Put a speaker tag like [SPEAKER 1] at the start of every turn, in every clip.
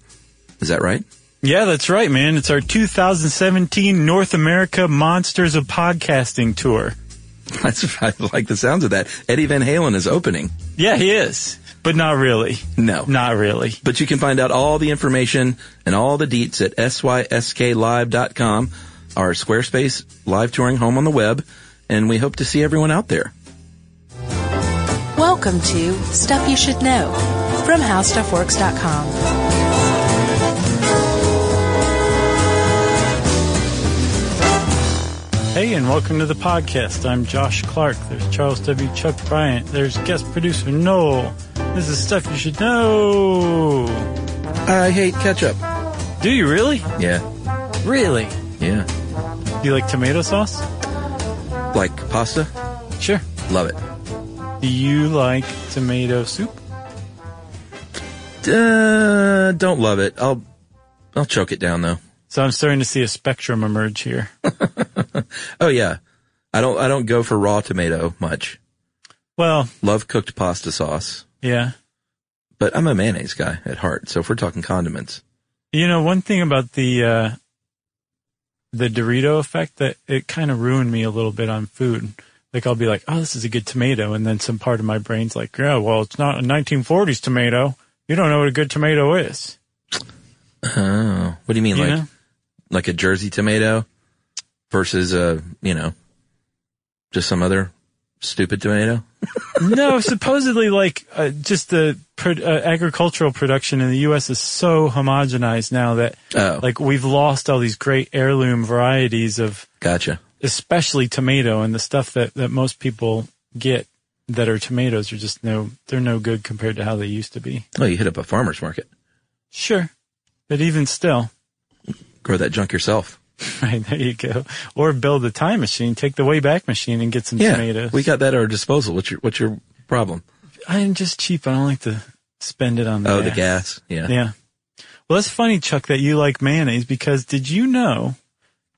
[SPEAKER 1] Is that right?
[SPEAKER 2] Yeah, that's right, man. It's our 2017 North America Monsters of Podcasting Tour.
[SPEAKER 1] That's, I like the sounds of that. Eddie Van Halen is opening.
[SPEAKER 2] Yeah, he is. But not really.
[SPEAKER 1] No.
[SPEAKER 2] Not really.
[SPEAKER 1] But you can find out all the information and all the deets at sysklive.com, our Squarespace live touring home on the web, and we hope to see everyone out there.
[SPEAKER 3] Welcome to Stuff You Should Know from HowStuffWorks.com.
[SPEAKER 2] Hey, and welcome to the podcast. I'm Josh Clark. There's Charles W. Chuck Bryant. There's guest producer Noel. This is Stuff You Should Know.
[SPEAKER 1] I hate ketchup.
[SPEAKER 2] Do you really?
[SPEAKER 1] Yeah.
[SPEAKER 2] Really?
[SPEAKER 1] Yeah.
[SPEAKER 2] Do you like tomato sauce?
[SPEAKER 1] Like pasta?
[SPEAKER 2] Sure.
[SPEAKER 1] Love it.
[SPEAKER 2] Do you like tomato soup?
[SPEAKER 1] Uh, don't love it. I'll, I'll choke it down though.
[SPEAKER 2] So I'm starting to see a spectrum emerge here.
[SPEAKER 1] Oh yeah. I don't, I don't go for raw tomato much.
[SPEAKER 2] Well,
[SPEAKER 1] Love cooked pasta sauce,
[SPEAKER 2] yeah.
[SPEAKER 1] but I'm a mayonnaise guy at heart. So if we're talking condiments,
[SPEAKER 2] You know, one thing about the uh, the Dorito effect that it kind of ruined me a little bit on food. Like I'll be like, "Oh, this is a good tomato," and then some part of my brain's like, "Yeah, well, it's not a 1940s tomato. You don't know what a good tomato is."
[SPEAKER 1] Oh, what do you mean?
[SPEAKER 2] You
[SPEAKER 1] like,
[SPEAKER 2] know?
[SPEAKER 1] like a Jersey tomato versus a, you know, just some other stupid tomato?
[SPEAKER 2] no, supposedly, like uh, just the pro- uh, agricultural production in the U.S. is so homogenized now that
[SPEAKER 1] Oh,
[SPEAKER 2] like we've lost all these great heirloom varieties of
[SPEAKER 1] gotcha.
[SPEAKER 2] especially tomato and the stuff that, that most people get that are tomatoes are just no they're no good compared to how they used to be.
[SPEAKER 1] Oh, you hit up a farmer's market.
[SPEAKER 2] Sure. But even still,
[SPEAKER 1] Grow that junk yourself.
[SPEAKER 2] right, there you go. Or build a time machine, take the way back machine and get some
[SPEAKER 1] Yeah,
[SPEAKER 2] tomatoes.
[SPEAKER 1] we got that at our disposal. What's your what's your problem?
[SPEAKER 2] I'm just cheap. I don't like to spend it on the
[SPEAKER 1] Oh, the gas.
[SPEAKER 2] gas.
[SPEAKER 1] Yeah.
[SPEAKER 2] Yeah. Well, that's funny, Chuck, that you like mayonnaise because did you know,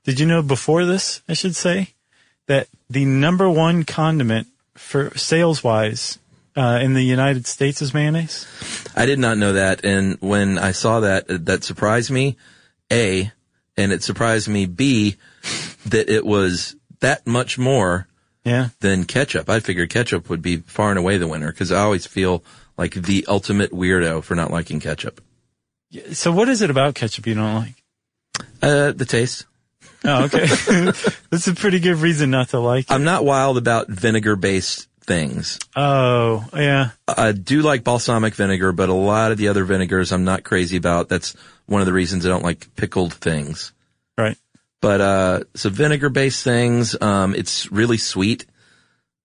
[SPEAKER 2] did you know before this, I should say, that the number one condiment for sales wise uh, in the United States is mayonnaise?
[SPEAKER 1] I did not know that, and when I saw that, uh, that surprised me. A, and it surprised me. B, that it was that much more
[SPEAKER 2] Yeah.
[SPEAKER 1] than ketchup. I figured ketchup would be far and away the winner because I always feel like the ultimate weirdo for not liking ketchup.
[SPEAKER 2] So what is it about ketchup you don't like?
[SPEAKER 1] Uh, the taste.
[SPEAKER 2] Oh, okay. that's a pretty good reason not to like it.
[SPEAKER 1] I'm not wild about vinegar based things.
[SPEAKER 2] Oh, yeah.
[SPEAKER 1] I do like balsamic vinegar, but a lot of the other vinegars I'm not crazy about. That's one of the reasons I don't like pickled things.
[SPEAKER 2] Right.
[SPEAKER 1] But, uh, so vinegar based things, um, it's really sweet.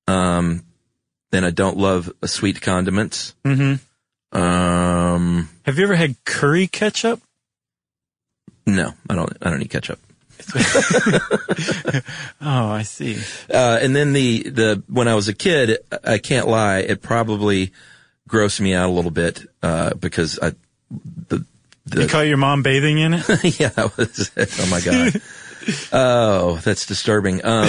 [SPEAKER 1] Um, then I don't love uh, sweet condiments.
[SPEAKER 2] hmm
[SPEAKER 1] Um,
[SPEAKER 2] Have you ever had curry ketchup?
[SPEAKER 1] no, I don't, I don't eat ketchup.
[SPEAKER 2] Oh, I see.
[SPEAKER 1] Uh, and then the, the, when I was a kid, I can't lie, it probably grossed me out a little bit, uh, because I, the, the,
[SPEAKER 2] You caught your mom bathing in it?
[SPEAKER 1] yeah, that was it. Oh my God. oh, that's disturbing. Um,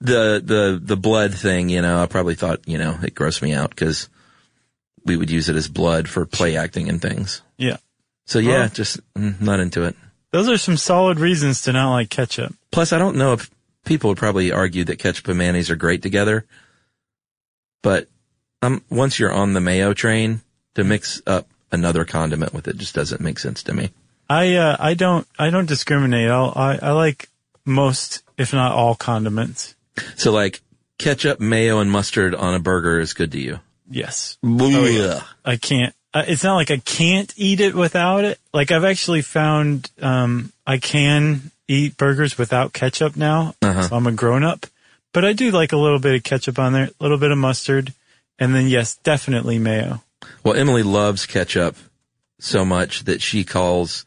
[SPEAKER 1] the, the, the blood thing, you know, I probably thought, you know, it grossed me out because we would use it as blood for play acting and things.
[SPEAKER 2] Yeah.
[SPEAKER 1] So yeah,
[SPEAKER 2] Oh.
[SPEAKER 1] just mm, not into it.
[SPEAKER 2] Those are some solid reasons to not like ketchup.
[SPEAKER 1] Plus, I don't know if people would probably argue that ketchup and mayonnaise are great together, but um, once you're on the mayo train, to mix up another condiment with it just doesn't make sense to me.
[SPEAKER 2] I uh, I don't I don't discriminate. I'll, I I like most, if not all, condiments.
[SPEAKER 1] So like ketchup, mayo, and mustard on a burger is good to you.
[SPEAKER 2] Yes,
[SPEAKER 1] yeah.
[SPEAKER 2] Oh, I can't. I- It's not like I can't eat it without it. Like I've actually found um, I can eat burgers without ketchup now. So I'm a grown up, but I do like a little bit of ketchup on there, a little bit of mustard, and then yes, definitely mayo.
[SPEAKER 1] Well, Emily loves ketchup so much that she calls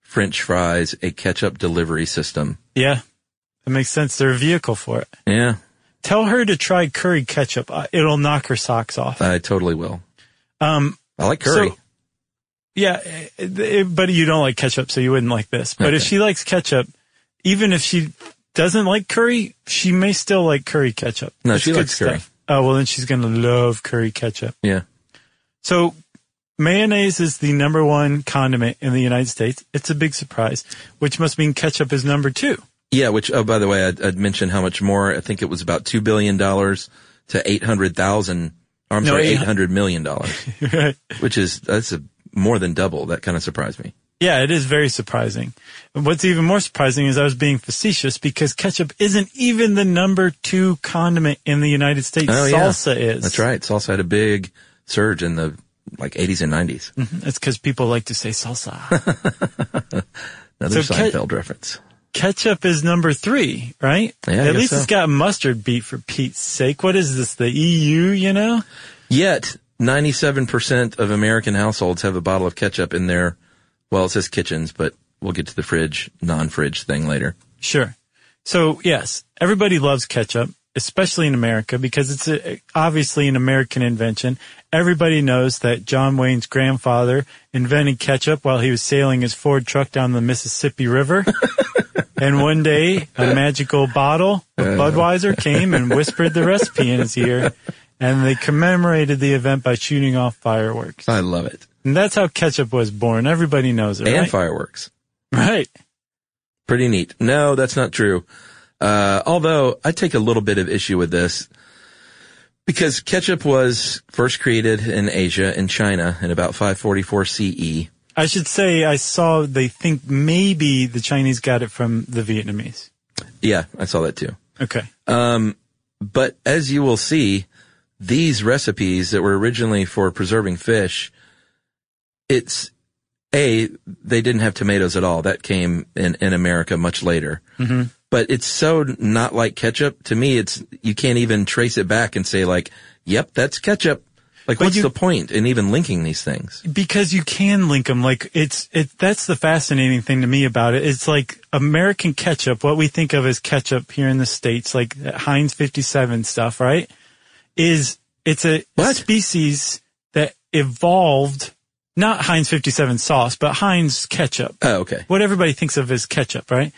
[SPEAKER 1] French fries a ketchup delivery system.
[SPEAKER 2] Yeah, that makes sense. They're a vehicle for it.
[SPEAKER 1] Yeah,
[SPEAKER 2] Tell her to try curry ketchup. Uh, It'll knock her socks off.
[SPEAKER 1] I totally will.
[SPEAKER 2] Um,
[SPEAKER 1] I like curry.
[SPEAKER 2] So- yeah, it- it- but you don't like ketchup, so you wouldn't like this. But if
[SPEAKER 1] Okay.
[SPEAKER 2] she likes ketchup, even if she doesn't like curry, she may still like curry ketchup.
[SPEAKER 1] No,
[SPEAKER 2] It's
[SPEAKER 1] she
[SPEAKER 2] good
[SPEAKER 1] likes curry.
[SPEAKER 2] stuff. Oh, well, then she's going to love curry ketchup.
[SPEAKER 1] yeah.
[SPEAKER 2] So mayonnaise is the number one condiment in the United States. It's a big surprise, which must mean ketchup is number two.
[SPEAKER 1] Yeah, which, oh, by the way, I'd, I'd mentioned how much more. I think it was about $2 billion to 800,000, or I'm
[SPEAKER 2] No,
[SPEAKER 1] sorry,
[SPEAKER 2] eight-
[SPEAKER 1] $800 million, dollars,
[SPEAKER 2] Right.
[SPEAKER 1] which is, that's a, more than double. That kind of surprised me.
[SPEAKER 2] Yeah, it is very surprising. And What's even more surprising is I was being facetious because ketchup isn't even the number two condiment in the United States.
[SPEAKER 1] Oh, yeah.
[SPEAKER 2] Salsa is.
[SPEAKER 1] That's right. It's also had a big surge in the like 80s and 90s.
[SPEAKER 2] It's because people like to say salsa.
[SPEAKER 1] Another
[SPEAKER 2] So cat-
[SPEAKER 1] Seinfeld reference.
[SPEAKER 2] ketchup is number three, right?
[SPEAKER 1] Yeah, I
[SPEAKER 2] At
[SPEAKER 1] guess
[SPEAKER 2] least
[SPEAKER 1] so.
[SPEAKER 2] it's got mustard beat for Pete's sake. What is this? The EU, you know?
[SPEAKER 1] Yet 97% of American households have a bottle of ketchup in their, well, it says kitchens, but we'll get to the fridge, non-fridge thing later.
[SPEAKER 2] Sure. So yes, everybody loves ketchup, especially in America because it's a, obviously an American invention. Everybody knows that John Wayne's grandfather invented ketchup while he was sailing his Ford truck down the Mississippi River. and one day, a magical bottle of Budweiser came and whispered the recipe in his ear. And they commemorated the event by shooting off fireworks.
[SPEAKER 1] I love it.
[SPEAKER 2] And that's how ketchup was born. Everybody knows it,
[SPEAKER 1] And
[SPEAKER 2] right?
[SPEAKER 1] fireworks.
[SPEAKER 2] right.
[SPEAKER 1] Pretty neat. No, that's not true. Uh, although I take a little bit of issue with this because ketchup was first created in Asia in China in about 544 CE.
[SPEAKER 2] I should say I saw they think maybe the Chinese got it from the Vietnamese.
[SPEAKER 1] Yeah, I saw that too.
[SPEAKER 2] Okay.
[SPEAKER 1] Um, but as you will see, these recipes that were originally for preserving fish, it's a they didn't have tomatoes at all. That came in in America much later. Mm-hmm. But it's so not like ketchup to me. It's you can't even trace it back and say like, "Yep, that's ketchup." Like,
[SPEAKER 2] But
[SPEAKER 1] what's
[SPEAKER 2] you-
[SPEAKER 1] the point in even linking these things?
[SPEAKER 2] Because you can link them like it's it that's the fascinating thing to me about it. It's like American ketchup, what we think of as ketchup here in the states like Heinz 57 stuff, right? Is it's a
[SPEAKER 1] What?
[SPEAKER 2] species that evolved not Heinz 57 sauce, but Heinz ketchup.
[SPEAKER 1] Oh, okay.
[SPEAKER 2] what everybody thinks of as ketchup, right?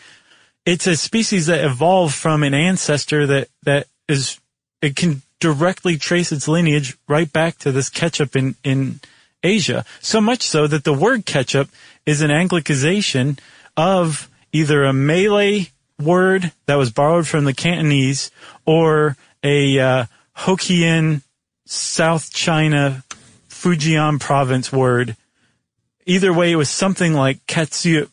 [SPEAKER 2] It's a species that evolved from an ancestor that, that is, it can directly trace its lineage right back to this ketchup in, in Asia. So much so that the word ketchup is an Anglicization of either a Malay word that was borrowed from the Cantonese or a uh, Hokkien South China Fujian province word. Either way, it was something like katsu,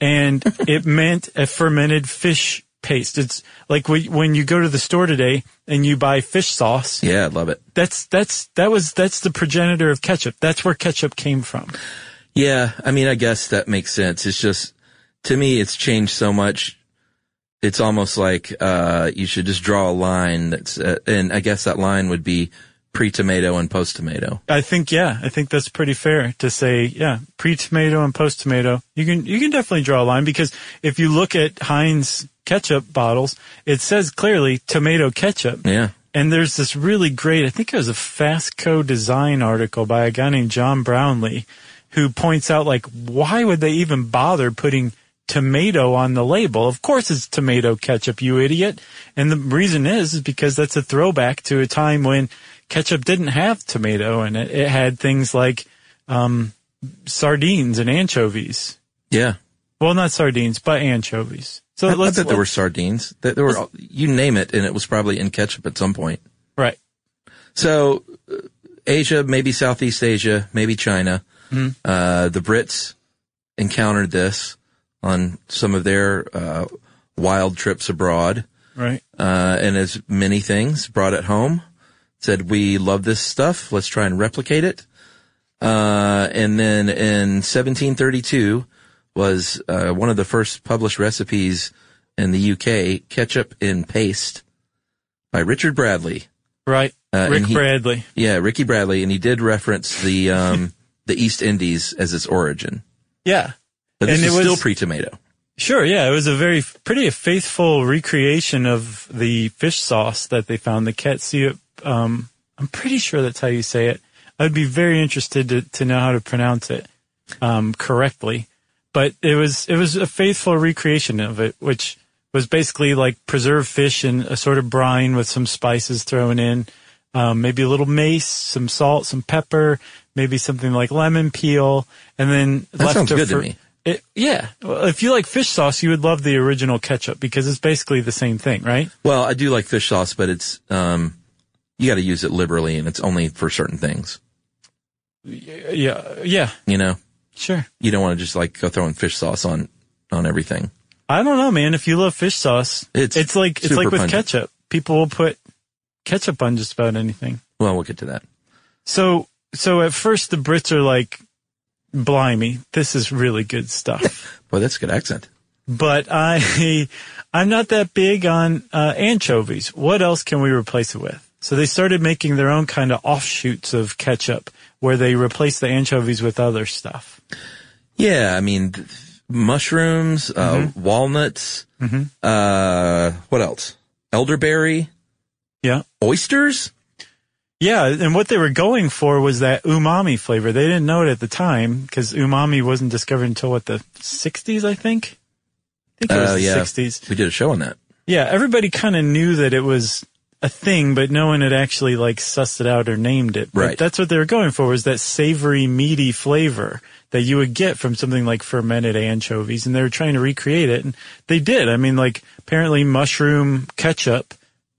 [SPEAKER 2] and it meant a fermented fish paste. It's like when when you go to the store today and you buy fish sauce.
[SPEAKER 1] Yeah, I love it.
[SPEAKER 2] That's that's that was that's the progenitor of ketchup. That's where ketchup came from.
[SPEAKER 1] Yeah, I mean, I guess that makes sense. It's just to me, it's changed so much. It's almost like uh, you should just draw a line. That's uh, and I guess that line would be pre-tomato and post-tomato.
[SPEAKER 2] I think yeah, I think that's pretty fair to say yeah, pre-tomato and post-tomato. You can you can definitely draw a line because if you look at Heinz ketchup bottles, it says clearly tomato ketchup.
[SPEAKER 1] Yeah,
[SPEAKER 2] And there's this really great, I think it was a Fasco design article by a guy named John Brownlee who points out like, why would they even bother putting tomato on the label? Of course it's tomato ketchup, you idiot. And the reason is, is because that's a throwback to a time when ketchup didn't have tomato in it. It had things like um, sardines and anchovies.
[SPEAKER 1] Yeah.
[SPEAKER 2] Well, not sardines, but anchovies. So
[SPEAKER 1] I, I
[SPEAKER 2] let's
[SPEAKER 1] bet there
[SPEAKER 2] look-
[SPEAKER 1] were sardines. That there were all- you name it, and it was probably in ketchup at some point.
[SPEAKER 2] right.
[SPEAKER 1] So uh, Asia, maybe Southeast Asia, maybe China.
[SPEAKER 2] Hmm.
[SPEAKER 1] Uh, the Brits encountered this on some of their uh, wild trips abroad,
[SPEAKER 2] Right.
[SPEAKER 1] uh, and as many things, brought it home. Said we love this stuff. Let's try and replicate it. Uh, and then in 1732 was uh, one of the first published recipes in the UK, ketchup in paste, by Richard Bradley.
[SPEAKER 2] Right.
[SPEAKER 1] Uh,
[SPEAKER 2] Rick
[SPEAKER 1] and he-
[SPEAKER 2] Bradley.
[SPEAKER 1] Yeah, Ricky Bradley, and he did reference the um, the East Indies as its origin,
[SPEAKER 2] Yeah.
[SPEAKER 1] but this
[SPEAKER 2] And
[SPEAKER 1] is
[SPEAKER 2] it was-
[SPEAKER 1] still pre-tomato.
[SPEAKER 2] Sure. Yeah. It was a very pretty faithful recreation of the fish sauce that they found. The catsup. Um, I'm pretty sure that's how you say it. I'd be very interested to, to know how to pronounce it um, correctly. But it was it was a faithful recreation of it, which was basically like preserved fish in a sort of brine with some spices thrown in, um, maybe a little mace, some salt, some pepper, maybe something like lemon peel, and then left
[SPEAKER 1] sounds
[SPEAKER 2] a
[SPEAKER 1] good to
[SPEAKER 2] fr-
[SPEAKER 1] me.
[SPEAKER 2] It, yeah, well, if you like fish sauce, you would love the original ketchup because it's basically the same thing, right?
[SPEAKER 1] Well, I do like fish sauce, but it's um, you got to use it liberally, and it's only for certain things.
[SPEAKER 2] Yeah, yeah,
[SPEAKER 1] You know,
[SPEAKER 2] sure.
[SPEAKER 1] you don't want to just like go throwing fish sauce on on everything.
[SPEAKER 2] I don't know, man. If you love fish sauce,
[SPEAKER 1] It's
[SPEAKER 2] it's, like it's
[SPEAKER 1] super
[SPEAKER 2] like with
[SPEAKER 1] pungent.
[SPEAKER 2] ketchup. People will put ketchup on just about anything.
[SPEAKER 1] Well, we'll get to that.
[SPEAKER 2] So so at first the Brits are like, "Blimey, this is really good stuff."
[SPEAKER 1] Boy, that's a good accent.
[SPEAKER 2] but I I'm not that big on uh, anchovies. What else can we replace it with? So they started making their own kind of offshoots of ketchup where they replace the anchovies with other stuff.
[SPEAKER 1] Yeah, I mean, th- mushrooms, uh,
[SPEAKER 2] Mm-hmm.
[SPEAKER 1] walnuts, uh, what else? Elderberry,
[SPEAKER 2] Yeah.
[SPEAKER 1] oysters.
[SPEAKER 2] Yeah, and what they were going for was that umami flavor. They didn't know it at the time because umami wasn't discovered until what the 60s, I think. I think it was
[SPEAKER 1] Uh,
[SPEAKER 2] the
[SPEAKER 1] yeah.
[SPEAKER 2] 60s.
[SPEAKER 1] We did a show on that.
[SPEAKER 2] Yeah, everybody kind of knew that it was a thing, but no one had actually like sussed it out or named it. But
[SPEAKER 1] Right.
[SPEAKER 2] That's what they were going for was that savory, meaty flavor that you would get from something like fermented anchovies, and they were trying to recreate it, and they did. I mean, like apparently mushroom ketchup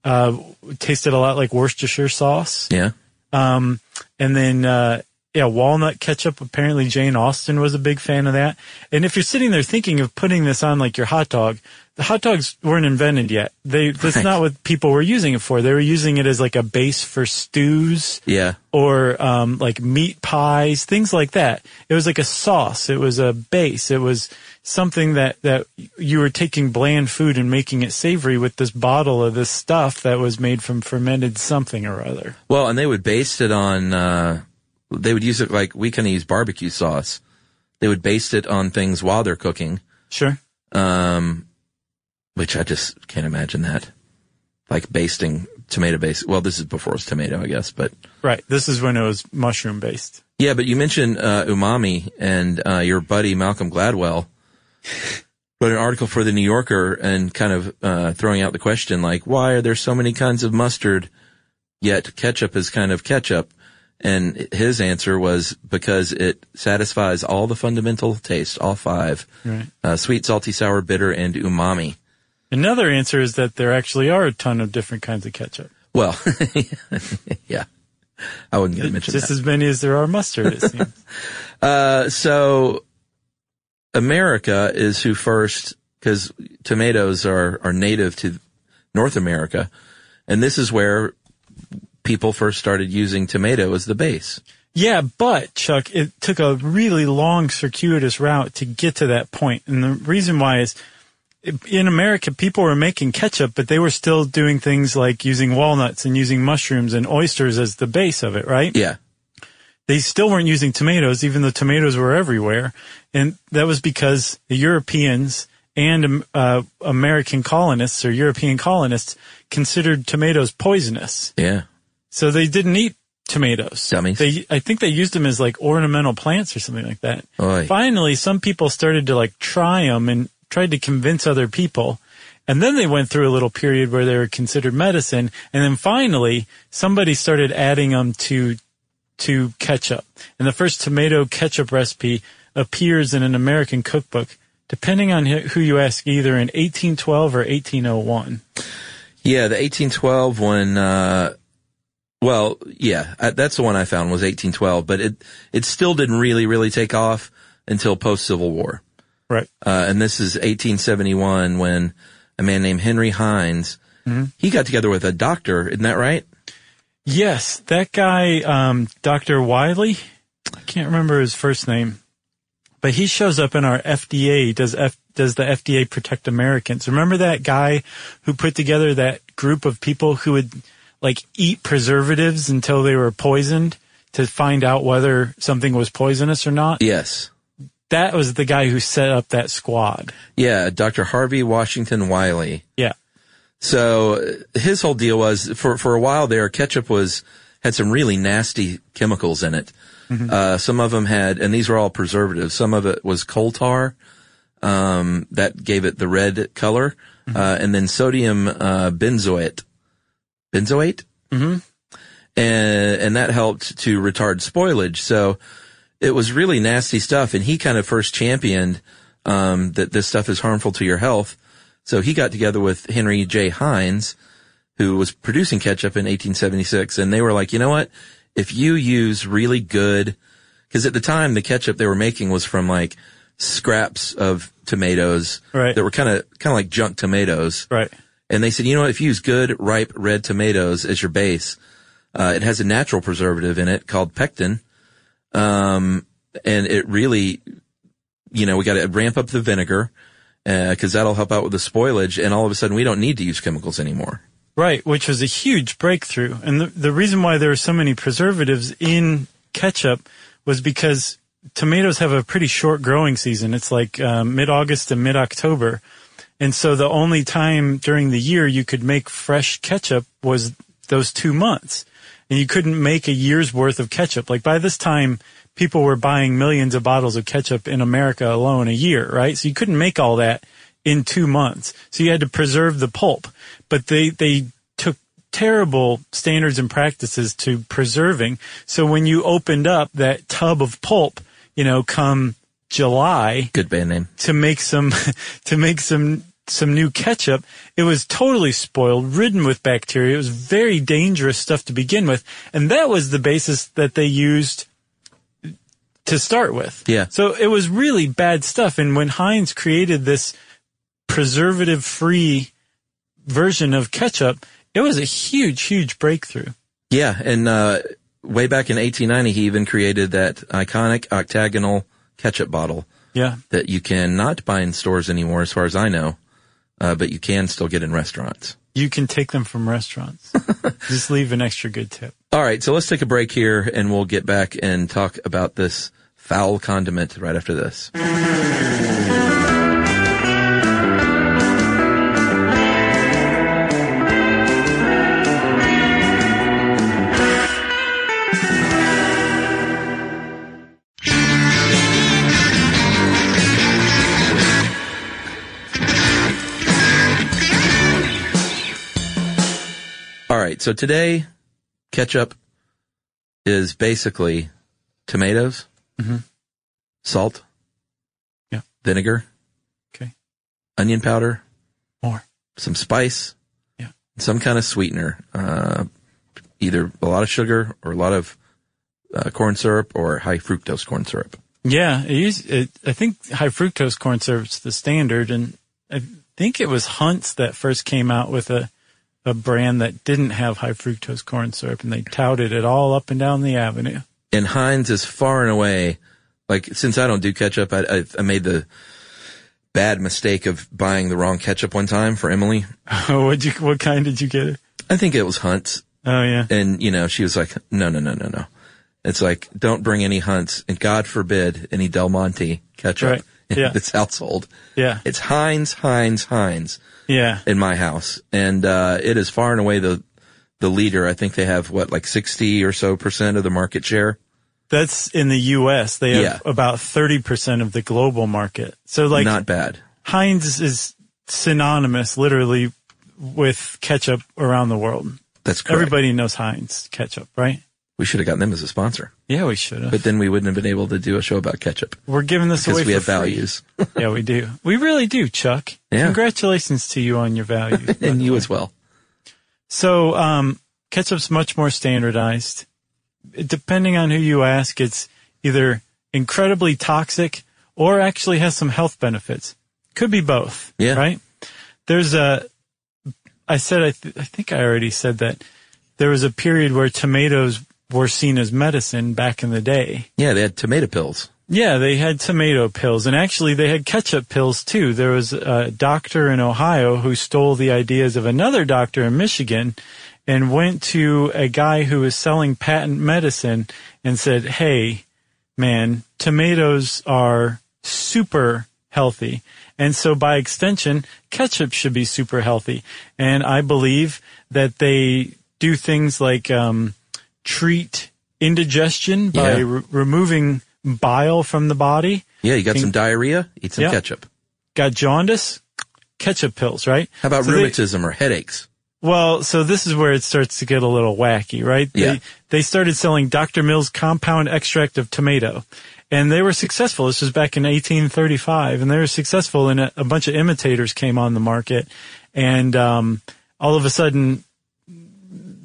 [SPEAKER 2] uh, tasted a lot like Worcestershire sauce.
[SPEAKER 1] Yeah.
[SPEAKER 2] Um, and then, uh, yeah, walnut ketchup. Apparently Jane Austen was a big fan of that. And if you're sitting there thinking of putting this on like your hot dog, the hot dogs weren't invented yet. They, that's
[SPEAKER 1] Right.
[SPEAKER 2] not what people were using it for. They were using it as like a base for stews
[SPEAKER 1] Yeah.
[SPEAKER 2] or, um, like meat pies, things like that. It was like a sauce. It was a base. It was something that, that you were taking bland food and making it savory with this bottle of this stuff that was made from fermented something or other.
[SPEAKER 1] Well, and they would base it on, uh, they would use it like we kind of use barbecue sauce. They would baste it on things while they're cooking,
[SPEAKER 2] Sure.
[SPEAKER 1] um, which I just can't imagine that. Like basting tomato base. Well, this is before it's tomato, I guess, but
[SPEAKER 2] Right. This is when it was mushroom based.
[SPEAKER 1] yeah, but you mentioned, uh, umami and, uh, your buddy Malcolm Gladwell wrote an article for the New Yorker and kind of, uh, throwing out the question like, why are there so many kinds of mustard? yet ketchup is kind of ketchup. And his answer was because it satisfies all the fundamental taste, all five,
[SPEAKER 2] Right.
[SPEAKER 1] uh, sweet, salty, sour, bitter, and umami.
[SPEAKER 2] Another answer is that there actually are a ton of different kinds of ketchup.
[SPEAKER 1] Well, yeah, I wasn't going to mention
[SPEAKER 2] Just
[SPEAKER 1] that.
[SPEAKER 2] as many as there are mustard, it seems.
[SPEAKER 1] uh, so America is who first, cause tomatoes are, are native to North America. And this is where people first started using tomato as the base.
[SPEAKER 2] yeah, but Chuck, it took a really long circuitous route to get to that point. And the reason why is in America, people were making ketchup, but they were still doing things like using walnuts and using mushrooms and oysters as the base of it, right?
[SPEAKER 1] Yeah.
[SPEAKER 2] they still weren't using tomatoes, even though tomatoes were everywhere. And that was because the Europeans and um, uh, American colonists or European colonists considered tomatoes poisonous.
[SPEAKER 1] Yeah.
[SPEAKER 2] So they didn't eat tomatoes.
[SPEAKER 1] Dummies.
[SPEAKER 2] They, I think they used them as like ornamental plants or something like that.
[SPEAKER 1] Oy.
[SPEAKER 2] Finally, some people started to like try them and tried to convince other people. And then they went through a little period where they were considered medicine. And then finally, somebody started adding them to, to ketchup. And the first tomato ketchup recipe appears in an American cookbook, depending on who you ask, either in 1812 or 1801.
[SPEAKER 1] Yeah, the 1812 one. Uh, well, yeah, I, that's the one I found was 1812, but it it still didn't really really take off until post Civil War.
[SPEAKER 2] Right.
[SPEAKER 1] Uh, and this is 1871 when a man named Henry Hines he got together with a doctor, isn't that right?
[SPEAKER 2] Yes, that guy, um, Dr. Wiley, I can't remember his first name, but he shows up in our FDA. Does F, does the FDA protect Americans? Remember that guy who put together that group of people who would like eat preservatives until they were poisoned to find out whether something was poisonous or not?
[SPEAKER 1] Yes.
[SPEAKER 2] That was the guy who set up that squad.
[SPEAKER 1] Yeah, Dr. Harvey Washington Wiley.
[SPEAKER 2] Yeah.
[SPEAKER 1] So uh, his whole deal was for for a while there, ketchup was had some really nasty chemicals in it. Uh, some of them had, and these were all preservatives. Some of it was coal tar, um, that gave it the red color, uh, and then sodium uh, benzoate, benzoate, mm-hmm. and and that helped to retard spoilage. So it was really nasty stuff, and he kind of first championed um, that this stuff is harmful to your health. So he got together with Henry J. Hines, who was producing ketchup in 1876, and they were like, you know what? If you use really good, because at the time the ketchup they were making was from like scraps of tomatoes
[SPEAKER 2] Right.
[SPEAKER 1] that were kind of kind of like junk tomatoes,
[SPEAKER 2] Right.
[SPEAKER 1] and they said, you know, what? if you use good ripe red tomatoes as your base, uh, it has a natural preservative in it called pectin. Um, and it really, you know, we got to ramp up the vinegar, uh, cause that'll help out with the spoilage. And all of a sudden we don't need to use chemicals anymore.
[SPEAKER 2] Right, which was a huge breakthrough. And the, the reason why there are so many preservatives in ketchup was because tomatoes have a pretty short growing season. It's like um, mid August to mid October. And so the only time during the year you could make fresh ketchup was those two months. And you couldn't make a year's worth of ketchup. Like by this time, people were buying millions of bottles of ketchup in America alone a year, right? So you couldn't make all that in two months. So you had to preserve the pulp. But they, they took terrible standards and practices to preserving. So when you opened up that tub of pulp, you know, come July,
[SPEAKER 1] Good band name.
[SPEAKER 2] to make some to make some some new ketchup. It was totally spoiled, ridden with bacteria. It was very dangerous stuff to begin with, and that was the basis that they used to start with.
[SPEAKER 1] Yeah.
[SPEAKER 2] So it was really bad stuff. And when Heinz created this preservative-free version of ketchup, it was a huge, huge breakthrough.
[SPEAKER 1] Yeah. And, uh, way back in 1890, he even created that iconic octagonal ketchup bottle
[SPEAKER 2] Yeah.
[SPEAKER 1] that you cannot buy in stores anymore, as far as I know. Uh, but you can still get in restaurants.
[SPEAKER 2] You can take them from restaurants. Just leave an extra good tip.
[SPEAKER 1] All right, so let's take a break here and we'll get back and talk about this foul condiment right after this. All right, so today ketchup is basically tomatoes,
[SPEAKER 2] Mhm.
[SPEAKER 1] salt,
[SPEAKER 2] Yeah.
[SPEAKER 1] vinegar,
[SPEAKER 2] Okay.
[SPEAKER 1] onion powder,
[SPEAKER 2] More.
[SPEAKER 1] some spice,
[SPEAKER 2] Yeah.
[SPEAKER 1] some kind of sweetener, uh, either a lot of sugar or a lot of uh, corn syrup or high fructose corn syrup.
[SPEAKER 2] Yeah, it used, it, I think high fructose corn syrup's the standard, and I think it was Hunt's that first came out with a a brand that didn't have high fructose corn syrup, and they touted it all up and down the avenue.
[SPEAKER 1] and Heinz is far and away like since I don't do ketchup, I, I, I made the bad mistake of buying the wrong ketchup one time for Emily.
[SPEAKER 2] what you what kind did you get?
[SPEAKER 1] I think it was Hunt's,
[SPEAKER 2] Oh yeah,
[SPEAKER 1] and you know she was like, no, no, no, no, no. It's like don't bring any Hunts, and God forbid any Del Monte ketchup
[SPEAKER 2] Right.
[SPEAKER 1] in
[SPEAKER 2] Yeah.
[SPEAKER 1] this household.
[SPEAKER 2] yeah,
[SPEAKER 1] It's Heinz, Heinz, Heinz
[SPEAKER 2] yeah.
[SPEAKER 1] in my house, and uh, it is far and away the the leader. I think they have what like sixty or so percent of the market share.
[SPEAKER 2] That's in the U.S. They have
[SPEAKER 1] Yeah.
[SPEAKER 2] about thirty percent of the global market. So like
[SPEAKER 1] Not bad.
[SPEAKER 2] Heinz is synonymous literally with ketchup around the world.
[SPEAKER 1] That's correct.
[SPEAKER 2] Everybody knows Heinz ketchup, right?
[SPEAKER 1] We should have gotten them as a sponsor,
[SPEAKER 2] Yeah, we should have.
[SPEAKER 1] but then we wouldn't have been able to do a show about ketchup
[SPEAKER 2] We're giving this away
[SPEAKER 1] because we
[SPEAKER 2] for
[SPEAKER 1] have
[SPEAKER 2] free.
[SPEAKER 1] values
[SPEAKER 2] yeah, we do. We really do, Chuck.
[SPEAKER 1] Yeah.
[SPEAKER 2] Congratulations to you on your values. by
[SPEAKER 1] and
[SPEAKER 2] the
[SPEAKER 1] you
[SPEAKER 2] way.
[SPEAKER 1] as well.
[SPEAKER 2] So, um, ketchup's much more standardized. Depending on who you ask, it's either incredibly toxic or actually has some health benefits. Could be both.
[SPEAKER 1] Yeah.
[SPEAKER 2] Right? There's a, I said, I, th- I think I already said that there was a period where tomatoes were seen as medicine back in the day.
[SPEAKER 1] Yeah, they had tomato pills.
[SPEAKER 2] Yeah, they had tomato pills, and actually they had ketchup pills too. There was a doctor in Ohio who stole the ideas of another doctor in Michigan and went to a guy who was selling patent medicine and said, Hey, man, tomatoes are super healthy. And so by extension, ketchup should be super healthy. And I believe that they do things like, um, treat indigestion by
[SPEAKER 1] Yeah.
[SPEAKER 2] re- removing bile from the body.
[SPEAKER 1] Yeah, you got
[SPEAKER 2] Think-
[SPEAKER 1] some diarrhea, eat some
[SPEAKER 2] Yeah.
[SPEAKER 1] ketchup.
[SPEAKER 2] Got jaundice? Ketchup pills, right?
[SPEAKER 1] How about
[SPEAKER 2] So they-
[SPEAKER 1] rheumatism or headaches?
[SPEAKER 2] well, so this is where it starts to get a little wacky, right?
[SPEAKER 1] Yeah.
[SPEAKER 2] They, they started selling Dr. Mill's compound extract of tomato. And they were successful. This was back in 1835, and they were successful. And a, a bunch of imitators came on the market, and um, all of a sudden,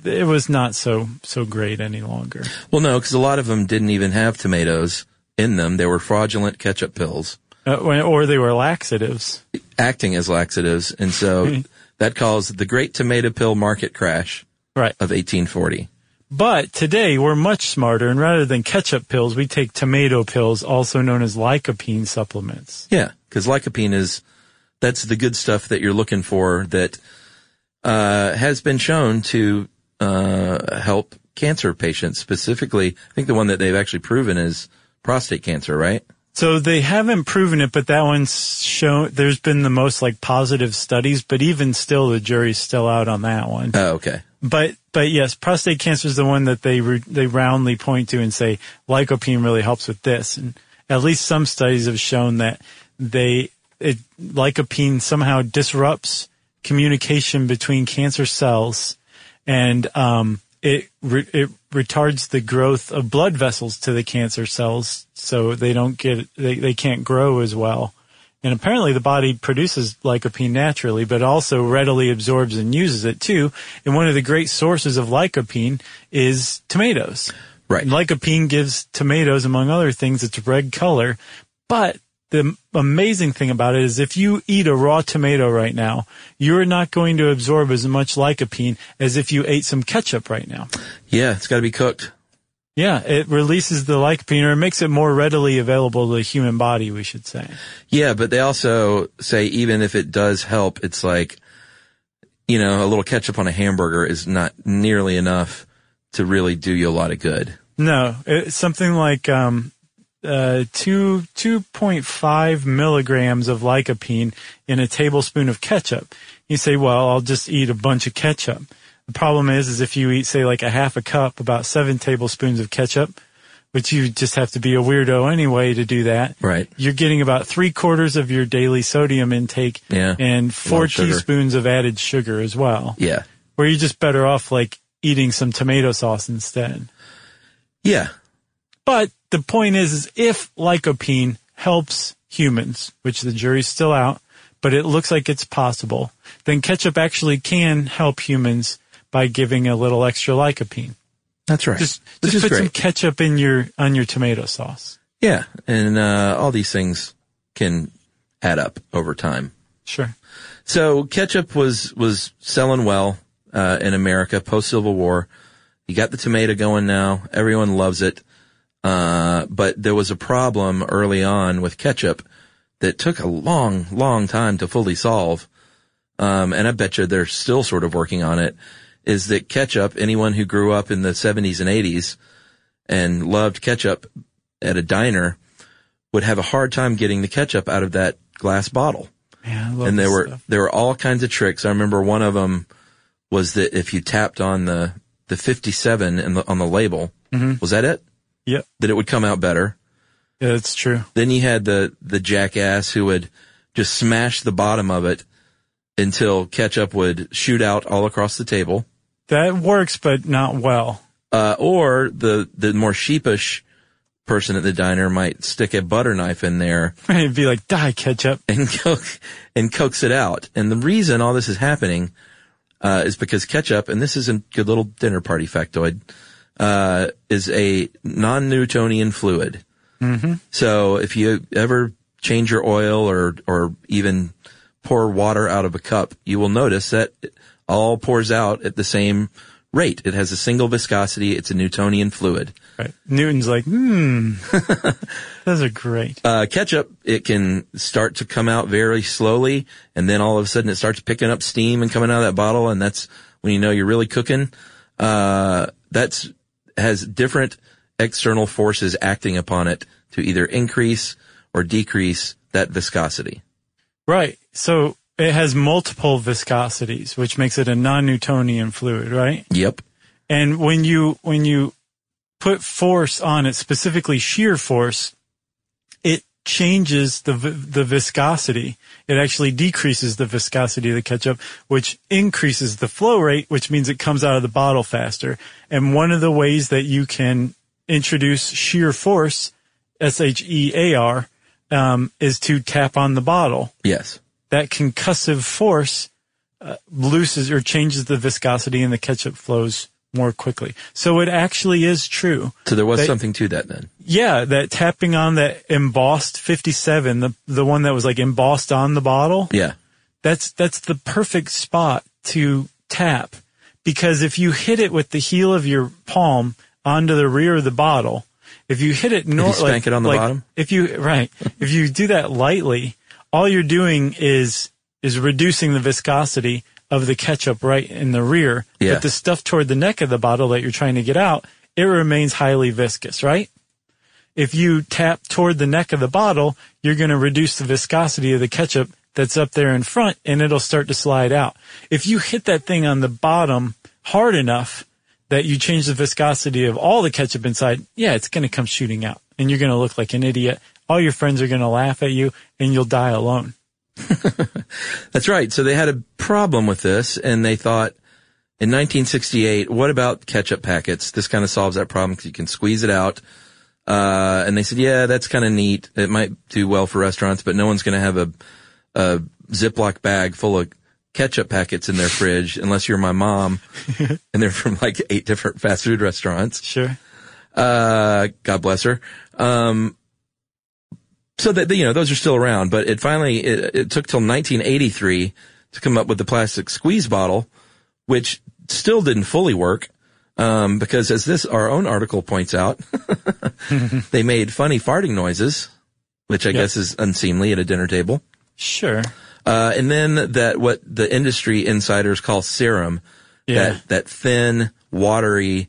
[SPEAKER 2] it was not so so great any longer.
[SPEAKER 1] Well, no, because a lot of them didn't even have tomatoes in them. They were fraudulent ketchup pills
[SPEAKER 2] Uh, when- or they were laxatives.
[SPEAKER 1] acting as laxatives. And so that caused the great tomato pill market crash
[SPEAKER 2] Right.
[SPEAKER 1] of 1840.
[SPEAKER 2] But today we're much smarter, and rather than ketchup pills, we take tomato pills, also known as lycopene supplements.
[SPEAKER 1] Yeah, because lycopene is, that's the good stuff that you're looking for that uh, has been shown to uh, help cancer patients specifically. I think the one that they've actually proven is prostate cancer, right?
[SPEAKER 2] So they haven't proven it, but that one's shown. There's been the most like positive studies, but even still, the jury's still out on that one.
[SPEAKER 1] Oh, okay.
[SPEAKER 2] But but yes, prostate cancer is the one that they re- they roundly point to and say lycopene really helps with this, and at least some studies have shown that they it lycopene somehow disrupts communication between cancer cells, and um, it re- it retards the growth of blood vessels to the cancer cells, so they don't get they they can't grow as well. And apparently the body produces lycopene naturally, but also readily absorbs and uses it too. And one of the great sources of lycopene is tomatoes.
[SPEAKER 1] Right.
[SPEAKER 2] Lycopene gives tomatoes, among other things, its red color. But the m- amazing thing about it is if you eat a raw tomato right now, you're not going to absorb as much lycopene as if you ate some ketchup right now.
[SPEAKER 1] Yeah, it's got to be cooked.
[SPEAKER 2] Yeah, it releases the lycopene or it makes it more readily available to the human body, we should say.
[SPEAKER 1] Yeah, but they also say even if it does help, it's like, you know, a little ketchup on a hamburger is not nearly enough to really do you a lot of good.
[SPEAKER 2] No, it's something like um, uh, two two point five milligrams of lycopene in a tablespoon of ketchup. You say, well, I'll just eat a bunch of ketchup. The problem is, is if you eat, say, like a half a cup, about seven tablespoons of ketchup, which you just have to be a weirdo anyway to do that.
[SPEAKER 1] Right.
[SPEAKER 2] You're getting about three quarters of your daily sodium intake
[SPEAKER 1] Yeah.
[SPEAKER 2] and four
[SPEAKER 1] of sugar.
[SPEAKER 2] teaspoons of added sugar as well.
[SPEAKER 1] Yeah.
[SPEAKER 2] Where you're just better off like eating some tomato sauce instead.
[SPEAKER 1] Yeah.
[SPEAKER 2] But the point is, is if lycopene helps humans, which the jury's still out, but it looks like it's possible, then ketchup actually can help humans by giving a little extra lycopene.
[SPEAKER 1] That's right.
[SPEAKER 2] Just,
[SPEAKER 1] Which is
[SPEAKER 2] just put some
[SPEAKER 1] great.
[SPEAKER 2] ketchup in your on your tomato sauce.
[SPEAKER 1] yeah. And uh, all these things can add up over time.
[SPEAKER 2] Sure.
[SPEAKER 1] So ketchup was was selling well uh, in America post Civil War. You got the tomato going now. Everyone loves it. Uh, but there was a problem early on with ketchup that took a long, long time to fully solve. Um, and I bet you they're still sort of working on it. Is that ketchup? Anyone who grew up in the 70s and 80s and loved ketchup at a diner would have a hard time getting the ketchup out of that glass bottle
[SPEAKER 2] Yeah, I love
[SPEAKER 1] and there
[SPEAKER 2] this
[SPEAKER 1] were
[SPEAKER 2] stuff.
[SPEAKER 1] there were all kinds of tricks. I remember one of them was that if you tapped on the the 57 and the, on the label, was that it?
[SPEAKER 2] Yep.
[SPEAKER 1] That it would come out better.
[SPEAKER 2] Yeah, that's true.
[SPEAKER 1] Then you had the the jackass who would just smash the bottom of it until ketchup would shoot out all across the table.
[SPEAKER 2] That works, but not well.
[SPEAKER 1] Uh, or the, the more sheepish person at the diner might stick a butter knife in there
[SPEAKER 2] It'd be like, die, ketchup.
[SPEAKER 1] and coax, and coax it out. And the reason all this is happening, uh, is because ketchup, and this is a good little dinner party factoid, uh, is a non-Newtonian fluid. So if you ever change your oil or, or even pour water out of a cup, you will notice that it all pours out at the same rate. It has a single viscosity. It's a Newtonian fluid.
[SPEAKER 2] Right. Newton's like, hmm, those are great.
[SPEAKER 1] uh, ketchup, it can start to come out very slowly, and then all of a sudden it starts picking up steam and coming out of that bottle, and that's when you know you're really cooking. Uh, that's has different external forces acting upon it to either increase or decrease that viscosity.
[SPEAKER 2] Right. So it has multiple viscosities, which makes it a non-Newtonian fluid, right?
[SPEAKER 1] Yep.
[SPEAKER 2] And when you when you put force on it, specifically shear force, it changes the vi- the viscosity. It actually decreases the viscosity of the ketchup, which increases the flow rate, which means it comes out of the bottle faster. And one of the ways that you can introduce shear force, S H E A R, um, is to tap on the bottle
[SPEAKER 1] Yes.
[SPEAKER 2] that concussive force uh, looses or changes the viscosity and the ketchup flows more quickly. So it actually is true.
[SPEAKER 1] So there was
[SPEAKER 2] They-
[SPEAKER 1] something to that then.
[SPEAKER 2] Yeah, that tapping on that embossed 57, the the one that was like embossed on the bottle,
[SPEAKER 1] Yeah.
[SPEAKER 2] that's that's the perfect spot to tap because if you hit it with the heel of your palm onto the rear of the bottle, if you hit it north,
[SPEAKER 1] spank it on the bottom?
[SPEAKER 2] if you right, if you do that lightly, all you're doing is is reducing the viscosity of the ketchup right in the rear,
[SPEAKER 1] Yeah.
[SPEAKER 2] but the stuff toward the neck of the bottle that you're trying to get out, it remains highly viscous, right? if you tap toward the neck of the bottle, you're going to reduce the viscosity of the ketchup that's up there in front and it'll start to slide out. If you hit that thing on the bottom hard enough that you change the viscosity of all the ketchup inside, yeah, it's going to come shooting out and you're going to look like an idiot. All your friends are going to laugh at you and you'll die alone.
[SPEAKER 1] That's right. So they had a problem with this and they thought in 1968, what about ketchup packets? This kind of solves that problem because you can squeeze it out. Uh, and they said, yeah, that's kind of neat. It might do well for restaurants, but no one's going to have a, a Ziploc bag full of ketchup packets in their fridge unless you're my mom and they're from like eight different fast food restaurants
[SPEAKER 2] Sure.
[SPEAKER 1] uh, God bless her. Um, so that you know those are still around, but it finally it, it took till 1983 to come up with the plastic squeeze bottle, which still didn't fully work. Um, because as this our own article points out, they made funny farting noises, which I
[SPEAKER 2] Yeah.
[SPEAKER 1] guess is unseemly at a dinner table.
[SPEAKER 2] Sure.
[SPEAKER 1] Uh, and then that what the industry insiders call serum,
[SPEAKER 2] Yeah.
[SPEAKER 1] that that thin, watery,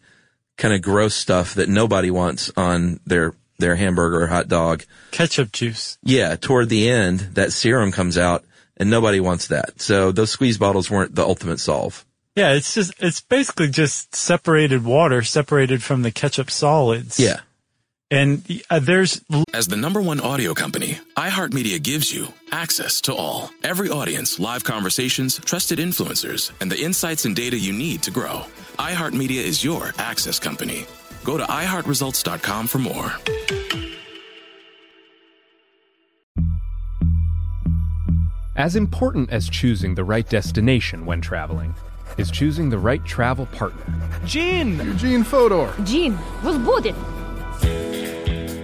[SPEAKER 1] kind of gross stuff that nobody wants on their their hamburger or hot dog.
[SPEAKER 2] Ketchup juice.
[SPEAKER 1] Yeah, toward the end, that serum comes out, and nobody wants that. So those squeeze bottles weren't the ultimate solve.
[SPEAKER 2] Yeah, it's just, it's basically just separated water separated from the ketchup solids.
[SPEAKER 1] Yeah,
[SPEAKER 2] And uh, there's
[SPEAKER 4] As the number one audio company, iHeartMedia gives you access to all, every audience, live conversations, trusted influencers, and the insights and data you need to grow. iHeartMedia is your access company. Go to iHeartResults.com for more.
[SPEAKER 5] As important as choosing the right destination when traveling is choosing the right travel partner.
[SPEAKER 6] Eugene Fodor.
[SPEAKER 7] Gene, возбудит!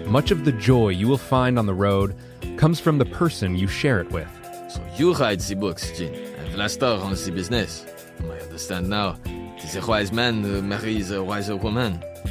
[SPEAKER 5] Much of the joy you will find on the road comes from the person you share it with.
[SPEAKER 8] So you write the books, Jin, and Vlastar runs the business. I understand now. It is a wise man who marries a wiser woman.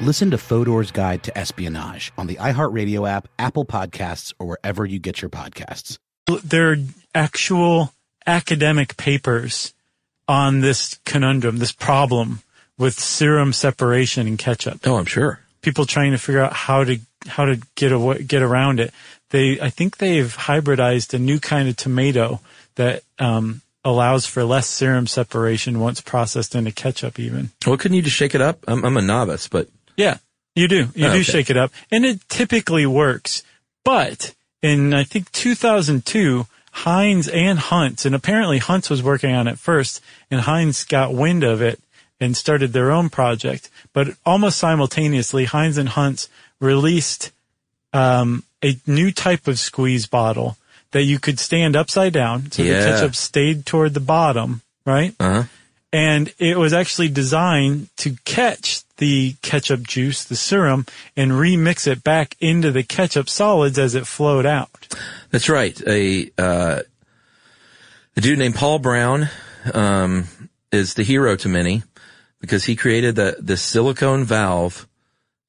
[SPEAKER 9] Listen to Fodor's Guide to Espionage on the iHeartRadio app, Apple Podcasts, or wherever you get your podcasts.
[SPEAKER 2] there are actual academic papers on this conundrum, this problem with serum separation in ketchup.
[SPEAKER 1] Oh, I'm sure.
[SPEAKER 2] People trying to figure out how to how to get away, get around it. They, I think they've hybridized a new kind of tomato that um, allows for less serum separation once processed into ketchup. Even
[SPEAKER 1] Well, couldn't you just shake it up? I'm, I'm a novice, but
[SPEAKER 2] yeah, you do. You
[SPEAKER 1] Oh,
[SPEAKER 2] do
[SPEAKER 1] okay.
[SPEAKER 2] shake it up, and it typically works. But in I think 2002, Heinz and Hunt's, and apparently Hunt's was working on it first, and Heinz got wind of it and started their own project. But almost simultaneously, Heinz and Hunt's released um, a new type of squeeze bottle that you could stand upside down, so
[SPEAKER 1] Yeah.
[SPEAKER 2] the ketchup stayed toward the bottom, right?
[SPEAKER 1] uh
[SPEAKER 2] and it was actually designed to catch the ketchup juice, the serum, and remix it back into the ketchup solids as it flowed out.
[SPEAKER 1] that's right. A uh, a dude named Paul Brown um, is the hero to many because he created the this silicone valve,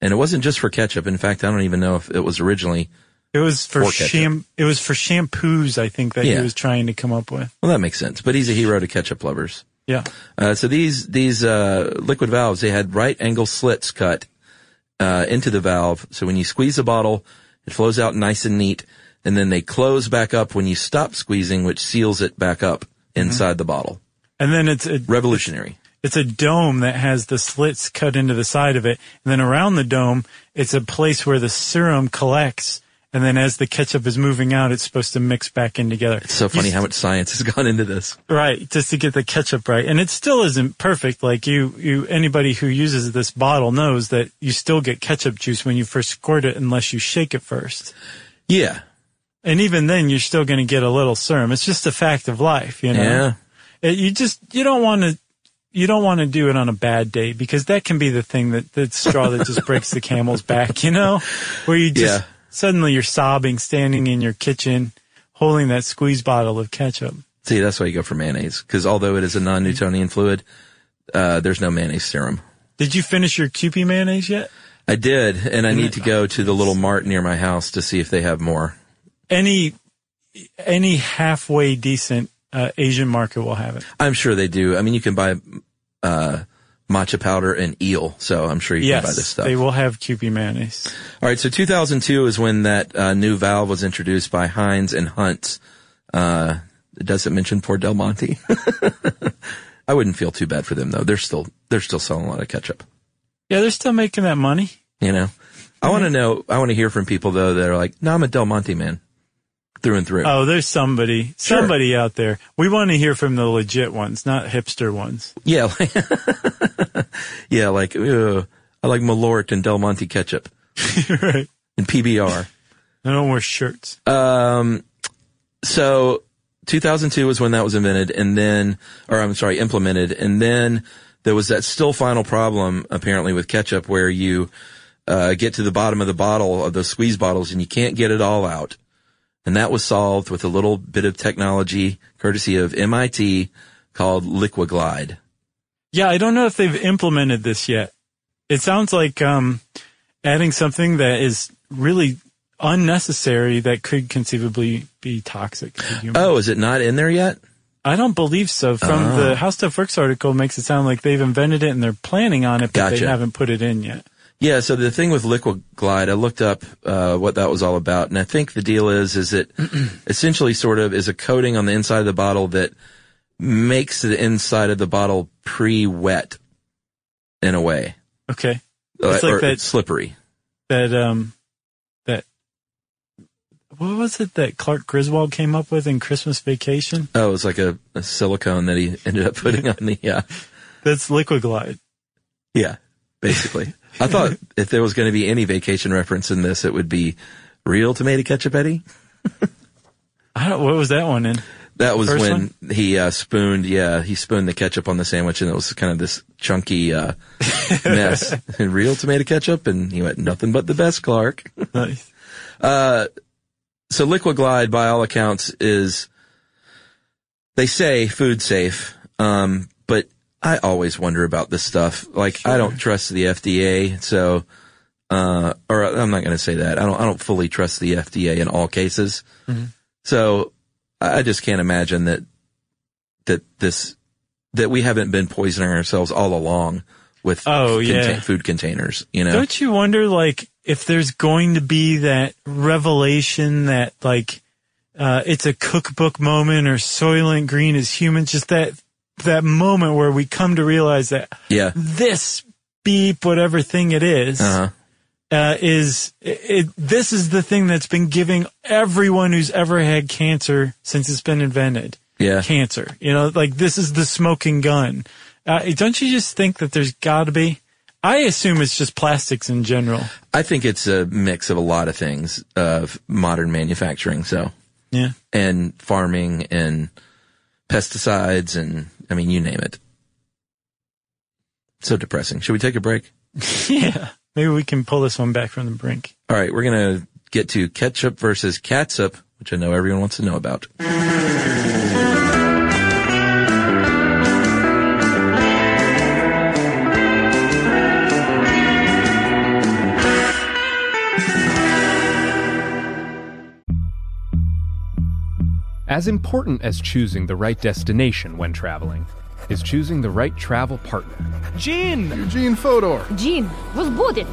[SPEAKER 1] and it wasn't just for ketchup. In fact, I don't even know if it was originally.
[SPEAKER 2] It was for
[SPEAKER 1] For ketchup.
[SPEAKER 2] sham- it was for shampoos, I think that
[SPEAKER 1] Yeah.
[SPEAKER 2] he was trying to come up with.
[SPEAKER 1] Well, that makes sense. But he's a hero to ketchup lovers.
[SPEAKER 2] Yeah.
[SPEAKER 1] Uh, so these these uh, liquid valves, they had right angle slits cut uh, into the valve. So when you squeeze the bottle, it flows out nice and neat, and then they close back up when you stop squeezing, which seals it back up inside the bottle.
[SPEAKER 2] And then it's a,
[SPEAKER 1] Revolutionary.
[SPEAKER 2] it's a dome that has the slits cut into the side of it. And then around the dome, it's a place where the serum collects. And then as the ketchup is moving out, it's supposed to mix back in together.
[SPEAKER 1] It's so funny how much science has gone into this.
[SPEAKER 2] Right, just to get the ketchup right. And it still isn't perfect. Like you, you, anybody who uses this bottle knows that you still get ketchup juice when you first squirt it unless you shake it first.
[SPEAKER 1] Yeah.
[SPEAKER 2] And even then you're still going to get a little serum. It's just a fact of life, you know?
[SPEAKER 1] Yeah.
[SPEAKER 2] It- Uh, you just, you don't want to, you don't want to do it on a bad day because that can be the thing that, the straw that just breaks the camel's back, you know? Where you just,
[SPEAKER 1] Yeah.
[SPEAKER 2] suddenly you're sobbing standing in your kitchen holding that squeeze bottle of ketchup.
[SPEAKER 1] See, that's why you go for mayonnaise because although it is a non-Newtonian fluid, uh, there's no mayonnaise serum.
[SPEAKER 2] Did you finish your Kewpie mayonnaise yet?
[SPEAKER 1] I did, and I need to go to the little mart near my house to see if they have more.
[SPEAKER 2] any any halfway decent uh, Asian market will have it.
[SPEAKER 1] I'm sure they do. I mean, you can buy uh, matcha powder and eel, so I'm sure you can buy this
[SPEAKER 2] yes,
[SPEAKER 1] stuff.
[SPEAKER 2] they will have QP mayonnaise.
[SPEAKER 1] All right, so 2002 is when that uh, new valve was introduced by Heinz and Hunt. Uh, it doesn't mention poor Del Monte. I wouldn't feel too bad for them though. They're still they're still selling a lot of ketchup.
[SPEAKER 2] Yeah, they're still making that money.
[SPEAKER 1] You know, I want to know. I want to hear from people though that are like, "No, I'm a Del Monte man, through and through."
[SPEAKER 2] Oh, there's somebody,
[SPEAKER 1] Sure.
[SPEAKER 2] somebody out there. We want to hear from the legit ones, not hipster ones.
[SPEAKER 1] Yeah, like, yeah, like ugh, I like Malort and Del Monte ketchup
[SPEAKER 2] right?
[SPEAKER 1] and PBR.
[SPEAKER 2] They don't wear shirts. Uh,
[SPEAKER 1] Um, so 2002 was when that was invented and then, or I'm sorry, implemented. And then there was that still final problem apparently with ketchup where you, uh, get to the bottom of the bottle of those squeeze bottles and you can't get it all out. And that was solved with a little bit of technology courtesy of MIT called LiquiGlide.
[SPEAKER 2] Yeah, I don't know if they've implemented this yet. It sounds like um, adding something that is really unnecessary that could conceivably be toxic to humans.
[SPEAKER 1] Oh, is it not in there yet?
[SPEAKER 2] I don't believe so. From
[SPEAKER 1] Ah.
[SPEAKER 2] the How Stuff Works article, makes it sound like they've invented it and they're planning on it, but
[SPEAKER 1] Gotcha.
[SPEAKER 2] they haven't put it in yet.
[SPEAKER 1] Yeah, so the thing with Liquid Glide, I looked up uh, what that was all about, and I think the deal is is it essentially sort of is a coating on the inside of the bottle that makes the inside of the bottle pre-wet in a way,
[SPEAKER 2] Okay,
[SPEAKER 1] Uh,
[SPEAKER 2] It's like
[SPEAKER 1] or
[SPEAKER 2] that-
[SPEAKER 1] it's slippery.
[SPEAKER 2] that um, that what was it that Clark Griswold came up with in Christmas Vacation?
[SPEAKER 1] Oh, it's like a, a silicone that he ended up putting on the yeah,
[SPEAKER 2] That's Liquid Glide.
[SPEAKER 1] yeah, basically. I thought if there was going to be any vacation reference in this, it would be real tomato ketchup, Eddie.
[SPEAKER 2] I don't. What was that one in?
[SPEAKER 1] That was
[SPEAKER 2] First
[SPEAKER 1] when he uh, spooned, yeah, he spooned the ketchup on the sandwich, and it was kind of this chunky uh, mess. And real tomato ketchup, and he went nothing but the best, Clark.
[SPEAKER 2] Nice.
[SPEAKER 1] Uh, so Liquid Glide, by all accounts, is they say food safe, um, but I always wonder about this stuff. Like I don't trust the FDA, so uh, or I'm not going to say that. I don't. I don't fully trust the FDA in all cases.
[SPEAKER 2] Mm-hmm.
[SPEAKER 1] So I I just can't imagine that that this that we haven't been poisoning ourselves all along with
[SPEAKER 2] Oh,
[SPEAKER 1] contain-
[SPEAKER 2] yeah.
[SPEAKER 1] food containers, you know?
[SPEAKER 2] Don't you wonder, like, if there's going to be that revelation that, like, uh, it's a cookbook moment or Soylent Green is human, just that, that moment where we come to realize that
[SPEAKER 1] yeah.
[SPEAKER 2] this beep, whatever thing it is,
[SPEAKER 1] Uh-huh.
[SPEAKER 2] uh, is it, this is the thing that's been giving everyone who's ever had cancer since it's been invented.
[SPEAKER 1] Yeah.
[SPEAKER 2] Cancer. You know, like this is the smoking gun. Uh, don't you just think that there's got to be? I assume it's just plastics in general.
[SPEAKER 1] I think it's a mix of a lot of things of modern manufacturing. So,
[SPEAKER 2] Yeah.
[SPEAKER 1] and farming and pesticides and I mean, you name it. So depressing. Should we take a break?
[SPEAKER 2] yeah. Maybe we can pull this one back from the brink.
[SPEAKER 1] All right. We're going to get to ketchup versus catsup, which I know everyone wants to know about.
[SPEAKER 5] As important as choosing the right destination when traveling is choosing the right travel partner.
[SPEAKER 6] Gene! Eugene Fodor.
[SPEAKER 7] Gene was booted.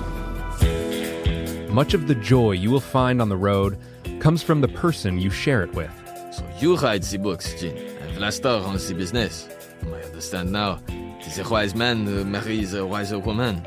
[SPEAKER 5] Much of the joy you will find on the road comes from the person you share it with.
[SPEAKER 8] You hide the books, Jin, and Vlastar runs the business. I understand now. Tis a wise man who marries a wiser woman.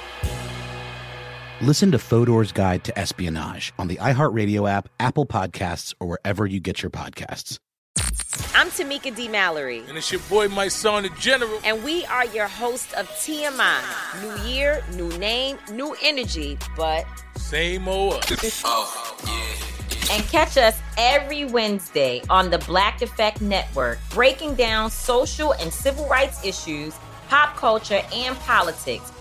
[SPEAKER 9] Listen to Fodor's Guide to Espionage on the iHeartRadio app, Apple Podcasts, or wherever you get your podcasts.
[SPEAKER 10] I'm Tamika D. Mallory. And it's your boy, my son, the General. And we are your hosts of TMI. New year, new name, new energy, but. Same old us. And catch us every Wednesday on the Black Effect Network, breaking down social and civil rights issues, pop culture, and politics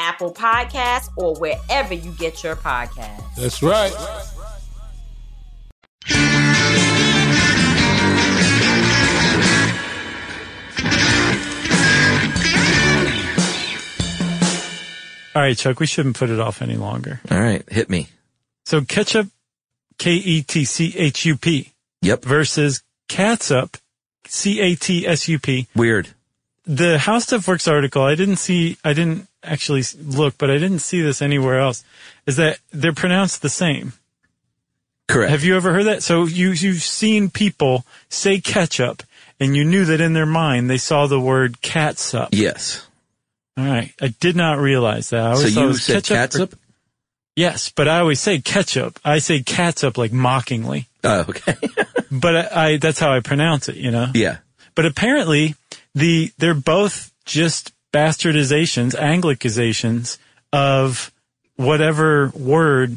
[SPEAKER 10] Apple Podcasts, or wherever you get your podcasts.
[SPEAKER 11] That's right.
[SPEAKER 2] All right, Chuck, we shouldn't put it off any longer.
[SPEAKER 1] All right. Hit me.
[SPEAKER 2] So ketchup, K E T C H U P.
[SPEAKER 1] Yep.
[SPEAKER 2] Versus catsup, C A T S U P.
[SPEAKER 1] Weird.
[SPEAKER 2] The How Stuff Works article, I didn't see, I didn't actually s- look, but I didn't see this anywhere else, is that they're pronounced the same.
[SPEAKER 1] Correct.
[SPEAKER 2] Have you ever heard that? So you, you've seen people say ketchup and you knew that in their mind they saw the word catsup.
[SPEAKER 1] Yes.
[SPEAKER 2] All right. I did not realize that. I always
[SPEAKER 1] So
[SPEAKER 2] thought it
[SPEAKER 1] you
[SPEAKER 2] was
[SPEAKER 1] said
[SPEAKER 2] ketchup or-
[SPEAKER 1] catsup?
[SPEAKER 2] Yes, but I always say ketchup. I say catsup like mockingly.
[SPEAKER 1] Oh, okay.
[SPEAKER 2] but I, I that's how I pronounce it, you know.
[SPEAKER 1] Yeah.
[SPEAKER 2] But apparently the they're both just bastardizations, anglicizations of whatever word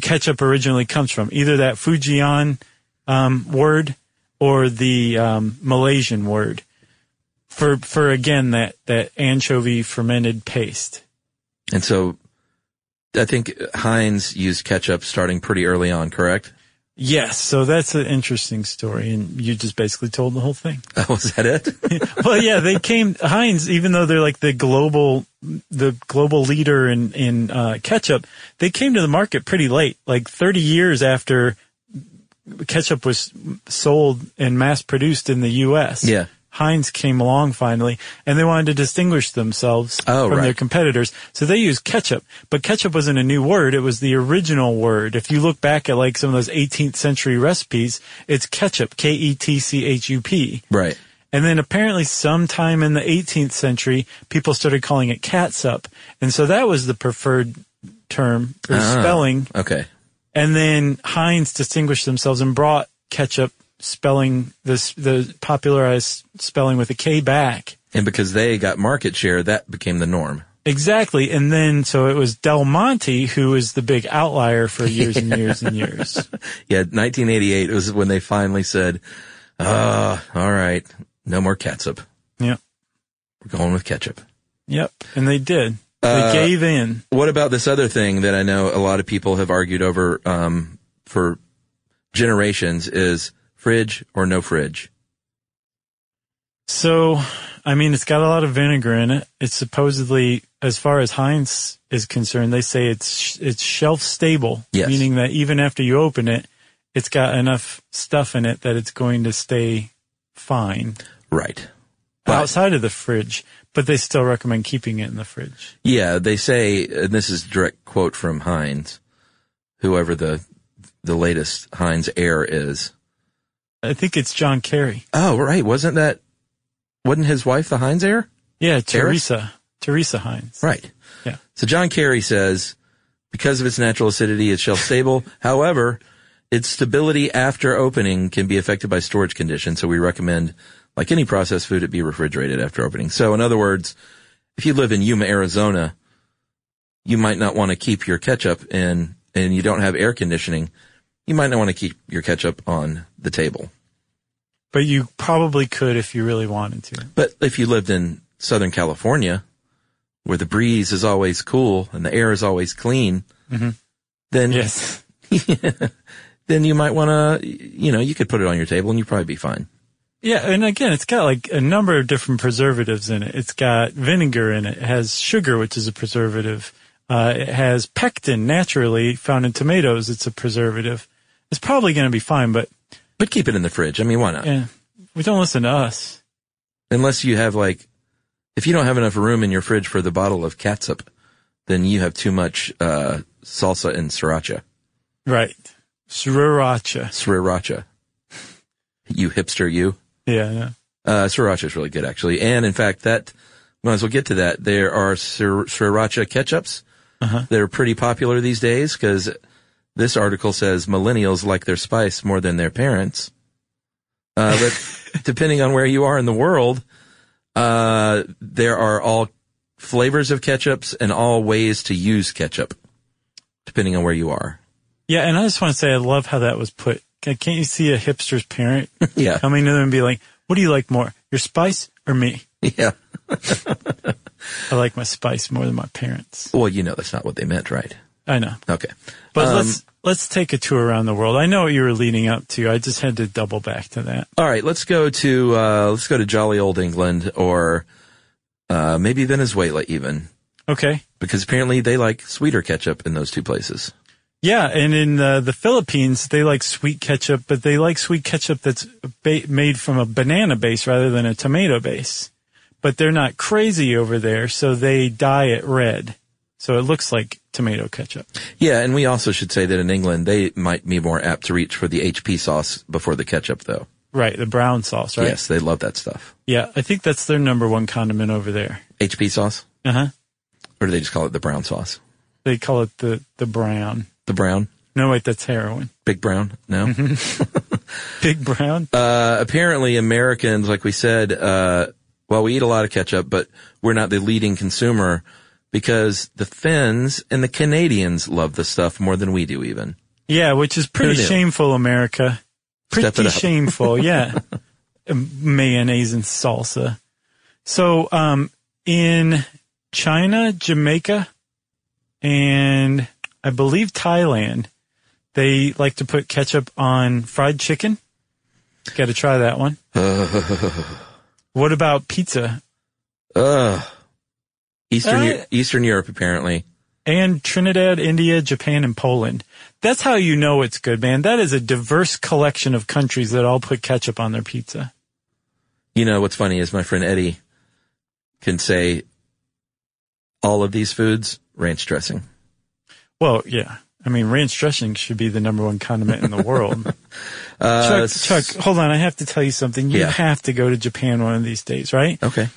[SPEAKER 2] ketchup originally comes from, either that Fujian um, word or the um, Malaysian word for for again that that anchovy fermented paste.
[SPEAKER 1] And so I think Heinz used ketchup starting pretty early on, correct?
[SPEAKER 2] Yes, so that's an interesting story, and you just basically told the whole thing.
[SPEAKER 1] Oh, was that it?
[SPEAKER 2] well, yeah, they came Heinz, even though they're like the global, the global leader in in uh, ketchup. They came to the market pretty late, like 30 years after ketchup was sold and mass produced in the U.S.
[SPEAKER 1] Yeah.
[SPEAKER 2] Heinz came along finally, and they wanted to distinguish themselves
[SPEAKER 1] Oh,
[SPEAKER 2] from
[SPEAKER 1] right.
[SPEAKER 2] their competitors. So they used ketchup, but ketchup wasn't a new word. It was the original word. If you look back at like some of those 18th century recipes, it's ketchup, E K-E-T-C-H-U-P.
[SPEAKER 1] Right.
[SPEAKER 2] And then apparently sometime in the 18th century, people started calling it catsup. And so that was the preferred term or
[SPEAKER 1] Ah,
[SPEAKER 2] spelling.
[SPEAKER 1] Okay.
[SPEAKER 2] And then Heinz distinguished themselves and brought ketchup spelling this the popularized spelling with a K back.
[SPEAKER 1] And because they got market share, that became the norm.
[SPEAKER 2] Exactly. And then so it was Del Monte who was the big outlier for years and years and years.
[SPEAKER 1] Yeah, 1988 was when they finally said, "Ah, all right, no more catsup.
[SPEAKER 2] Yeah.
[SPEAKER 1] We're going with ketchup."
[SPEAKER 2] Yep. And they did. They
[SPEAKER 1] Uh,
[SPEAKER 2] gave in.
[SPEAKER 1] What about this other thing that I know a lot of people have argued over um, for generations is fridge or no fridge?
[SPEAKER 2] So, I mean, it's got a lot of vinegar in it. It's supposedly, as far as Heinz is concerned, they say it's sh- it's shelf stable,
[SPEAKER 1] Yes.
[SPEAKER 2] meaning that even after you open it, it's got enough stuff in it that it's going to stay fine
[SPEAKER 1] Right.
[SPEAKER 2] outside of the fridge. But they still recommend keeping it in the fridge.
[SPEAKER 1] Yeah, they say, and this is direct quote from Heinz, whoever the the latest Heinz heir is.
[SPEAKER 2] I think it's John Kerry.
[SPEAKER 1] Oh, right. Wasn't that? Wasn't his wife the Heinz heir?
[SPEAKER 2] Yeah,
[SPEAKER 1] Harris?
[SPEAKER 2] Teresa. Teresa Heinz.
[SPEAKER 1] Right.
[SPEAKER 2] Yeah.
[SPEAKER 1] So John Kerry says, because of its natural acidity, it's shelf stable. However, its stability after opening can be affected by storage conditions. So we recommend, like any processed food, it be refrigerated after opening. So in other words, if you live in Yuma, Arizona, you might not want to keep your ketchup in, and you don't have air conditioning. You might not want to keep your ketchup on the table.
[SPEAKER 2] But you probably could if you really wanted to.
[SPEAKER 1] But if you lived in Southern California, where the breeze is always cool and the air is always clean,
[SPEAKER 2] Mhm.
[SPEAKER 1] then
[SPEAKER 2] yes,
[SPEAKER 1] then you might want to, you know, you could put it on your table and you'd probably be fine.
[SPEAKER 2] Yeah, and again, it's got like a number of different preservatives in it. It's got vinegar in it. It has sugar, which is a preservative. Uh, it has pectin, naturally found in tomatoes. It's a preservative. It's probably going to be fine, but
[SPEAKER 1] But keep it in the fridge. I mean, why not?
[SPEAKER 2] yeah, we don't listen to us.
[SPEAKER 1] Unless you have like, if you don't have enough room in your fridge for the bottle of catsup, then you have too much uh, salsa and sriracha.
[SPEAKER 2] Right. Sriracha.
[SPEAKER 1] Sriracha. You hipster, you.
[SPEAKER 2] Yeah, I know.
[SPEAKER 1] Uh, sriracha is really good, actually. And in fact, that might as well get to that. There are sir, sriracha ketchups.
[SPEAKER 2] Uh-huh.
[SPEAKER 1] They're pretty popular these days because this article says millennials like their spice more than their parents. Uh, but depending on where you are in the world, uh, there are all flavors of ketchups and all ways to use ketchup, depending on where you are.
[SPEAKER 2] Yeah, and I just want to say I love how that was put. Ca- Can't you see a hipster's parent
[SPEAKER 1] Yeah.
[SPEAKER 2] coming to them and be like, "What do you like more, your spice or me?"
[SPEAKER 1] Yeah.
[SPEAKER 2] I like my spice more than my parents.
[SPEAKER 1] Well, you know, that's not what they meant, right?
[SPEAKER 2] I know.
[SPEAKER 1] Okay.
[SPEAKER 2] But
[SPEAKER 1] Um,
[SPEAKER 2] let's let's take a tour around the world. I know what you were leading up to. I just had to double back to that.
[SPEAKER 1] All right, let's go to uh, let's go to jolly old England or uh, maybe Venezuela even
[SPEAKER 2] Okay.
[SPEAKER 1] because apparently they like sweeter ketchup in those two places.
[SPEAKER 2] Yeah, and in uh, the Philippines, they like sweet ketchup, but they like sweet ketchup that's ba- made from a banana base rather than a tomato base. But they're not crazy over there, so they dye it red, so it looks like tomato ketchup.
[SPEAKER 1] Yeah, and we also should say that in England they might be more apt to reach for the HP sauce before the ketchup though.
[SPEAKER 2] Right, the brown sauce, right?
[SPEAKER 1] Yes, they love that stuff.
[SPEAKER 2] Yeah, I think that's their number one condiment over there.
[SPEAKER 1] HP sauce
[SPEAKER 2] Uh huh.
[SPEAKER 1] or do they just call it the brown sauce?
[SPEAKER 2] They call it the the brown.
[SPEAKER 1] The brown?
[SPEAKER 2] No, wait, that's heroin.
[SPEAKER 1] Big brown? No.
[SPEAKER 2] Big brown.
[SPEAKER 1] Uh, apparently Americans, like we said, uh, well, we eat a lot of ketchup, but we're not the leading consumer because the Finns and the Canadians love the stuff more than we do even.
[SPEAKER 2] Yeah, which is pretty
[SPEAKER 1] knew?
[SPEAKER 2] shameful, America. Pretty
[SPEAKER 1] Step it up.
[SPEAKER 2] shameful, yeah. Um, Mayonnaise and salsa. So, um, in China, Jamaica, and I believe Thailand, they like to put ketchup on fried chicken. Got to try that one. What about pizza
[SPEAKER 1] Ugh. Eastern, Eu-
[SPEAKER 2] Uh,
[SPEAKER 1] Eastern Europe, apparently.
[SPEAKER 2] and Trinidad, India, Japan, and Poland? That's how you know it's good, man. That is a diverse collection of countries that all put ketchup on their pizza.
[SPEAKER 1] You know, what's funny is my friend Eddie can say all of these foods, ranch dressing.
[SPEAKER 2] Well, yeah. I mean, ranch dressing should be the number one condiment in the world.
[SPEAKER 1] Uh,
[SPEAKER 2] Chuck, Chuck, hold on. I have to tell you something. You
[SPEAKER 1] Yeah.
[SPEAKER 2] have to go to Japan one of these days, right?
[SPEAKER 1] Okay.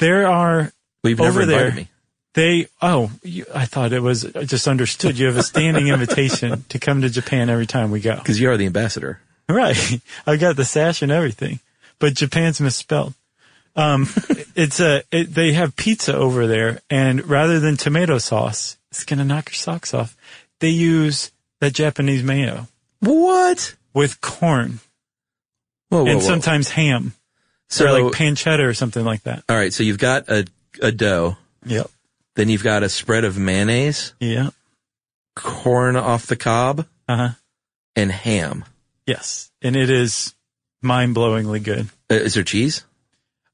[SPEAKER 2] There are
[SPEAKER 1] Well, you've never
[SPEAKER 2] over
[SPEAKER 1] invited
[SPEAKER 2] there.
[SPEAKER 1] me.
[SPEAKER 2] They, oh, you, I thought it was I just understood. You have a standing invitation to come to Japan every time we go.
[SPEAKER 1] Because you are the ambassador.
[SPEAKER 2] Right. I got the sash and everything, but Japan's misspelled. Um, it's a, it, they have pizza over there and rather than tomato sauce, it's going to knock your socks off. They use that Japanese mayo.
[SPEAKER 1] What?
[SPEAKER 2] With corn.
[SPEAKER 1] Whoa, whoa,
[SPEAKER 2] and
[SPEAKER 1] whoa.
[SPEAKER 2] sometimes ham. So
[SPEAKER 1] So-
[SPEAKER 2] like pancetta or something like that.
[SPEAKER 1] All right, so you've got a a dough.
[SPEAKER 2] Yep.
[SPEAKER 1] Then you've got a spread of mayonnaise.
[SPEAKER 2] Yeah.
[SPEAKER 1] Corn off the cob.
[SPEAKER 2] Uh huh.
[SPEAKER 1] And ham.
[SPEAKER 2] Yes. And it is mind blowingly good.
[SPEAKER 1] Uh, is there cheese?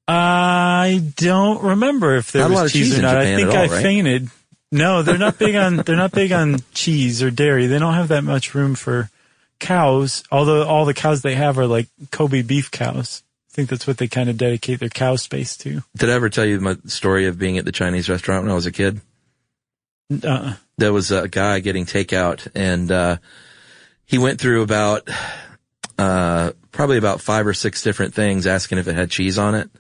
[SPEAKER 2] I don't remember if there
[SPEAKER 1] Not a
[SPEAKER 2] was
[SPEAKER 1] lot of
[SPEAKER 2] cheese,
[SPEAKER 1] cheese
[SPEAKER 2] or
[SPEAKER 1] in
[SPEAKER 2] not. I
[SPEAKER 1] Japan
[SPEAKER 2] think
[SPEAKER 1] at all,
[SPEAKER 2] I
[SPEAKER 1] right?
[SPEAKER 2] fainted. No, they're not big on they're not big on cheese or dairy. They don't have that much room for cows. Although all the cows they have are like Kobe beef cows. I think that's what they kind of dedicate their cow space to.
[SPEAKER 1] Did I ever tell you my story of being at the Chinese restaurant when I was a kid?
[SPEAKER 2] Uh,
[SPEAKER 1] There was a guy getting takeout, and uh, he went through about uh, probably about five or six different things, asking if it had cheese on it.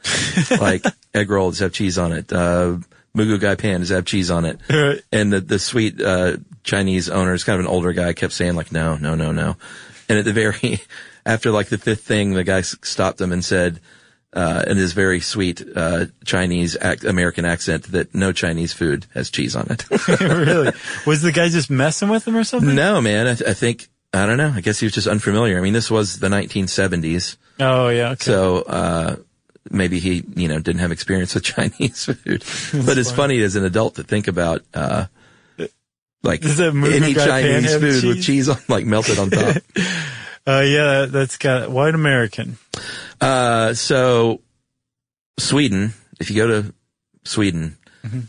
[SPEAKER 1] like egg roll, does it have cheese on it? Uh, Mugu Gai Pan, does it have cheese on it?
[SPEAKER 2] Right.
[SPEAKER 1] And the the sweet uh, Chinese owner, is kind of an older guy, kept saying like, no, no, no, no. And at the very after like the fifth thing, the guy s- stopped him and said. Uh, in his very sweet uh, Chinese ac- American accent, that no Chinese food has cheese on it.
[SPEAKER 2] really? Was the guy just messing with them or something?
[SPEAKER 1] no, man. I, th- I think I don't know. I guess he was just unfamiliar. I mean, this was the 1970s.
[SPEAKER 2] Oh yeah. Okay.
[SPEAKER 1] So uh, maybe he, you know, didn't have experience with Chinese food. but it's funny as an adult to think about, uh, like
[SPEAKER 2] Does that Mugu
[SPEAKER 1] any
[SPEAKER 2] Gai Pan
[SPEAKER 1] Chinese
[SPEAKER 2] have
[SPEAKER 1] food with cheese on, like melted on top.
[SPEAKER 2] Uh, yeah, that's got white American.
[SPEAKER 1] uh, so Sweden, if you go to Sweden,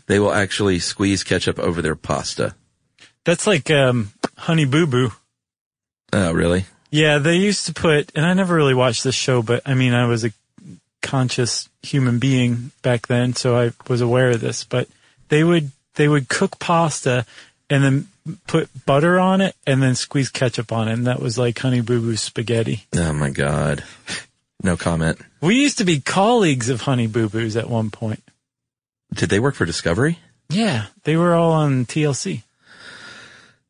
[SPEAKER 1] they will actually squeeze ketchup over their pasta.
[SPEAKER 2] That's like um, honey boo boo.
[SPEAKER 1] Oh, really?
[SPEAKER 2] Yeah, they used to put, and I never really watched this show, but I mean, I was a conscious human being back then, so I was aware of this. But they would they would cook pasta and then put butter on it and then squeeze ketchup on it, and that was like Honey Boo Boo spaghetti.
[SPEAKER 1] Oh my God. No comment.
[SPEAKER 2] We used to be colleagues of Honey Boo Boos at one point.
[SPEAKER 1] Did they work for Discovery?
[SPEAKER 2] Yeah, they were all on TLC.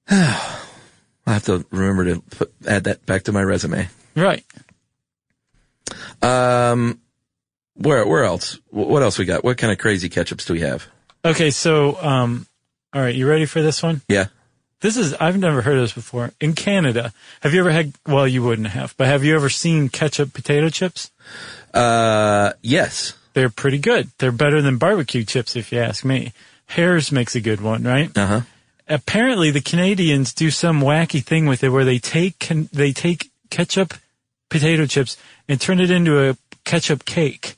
[SPEAKER 1] I have to remember to put, add that back to my resume.
[SPEAKER 2] Right.
[SPEAKER 1] Um, where where else? Wh- What else we got? What kind of crazy ketchups do we have?
[SPEAKER 2] Okay, so um, all right, you ready for this one?
[SPEAKER 1] Yeah,
[SPEAKER 2] This is I've never heard of this before. In Canada, have you ever had well you wouldn't have, but have you ever seen ketchup potato chips?
[SPEAKER 1] Uh yes.
[SPEAKER 2] They're pretty good. They're better than barbecue chips if you ask me. Harris makes a good one, right?
[SPEAKER 1] Uh-huh.
[SPEAKER 2] Apparently the Canadians do some wacky thing with it where they take can, they take ketchup potato chips and turn it into a ketchup cake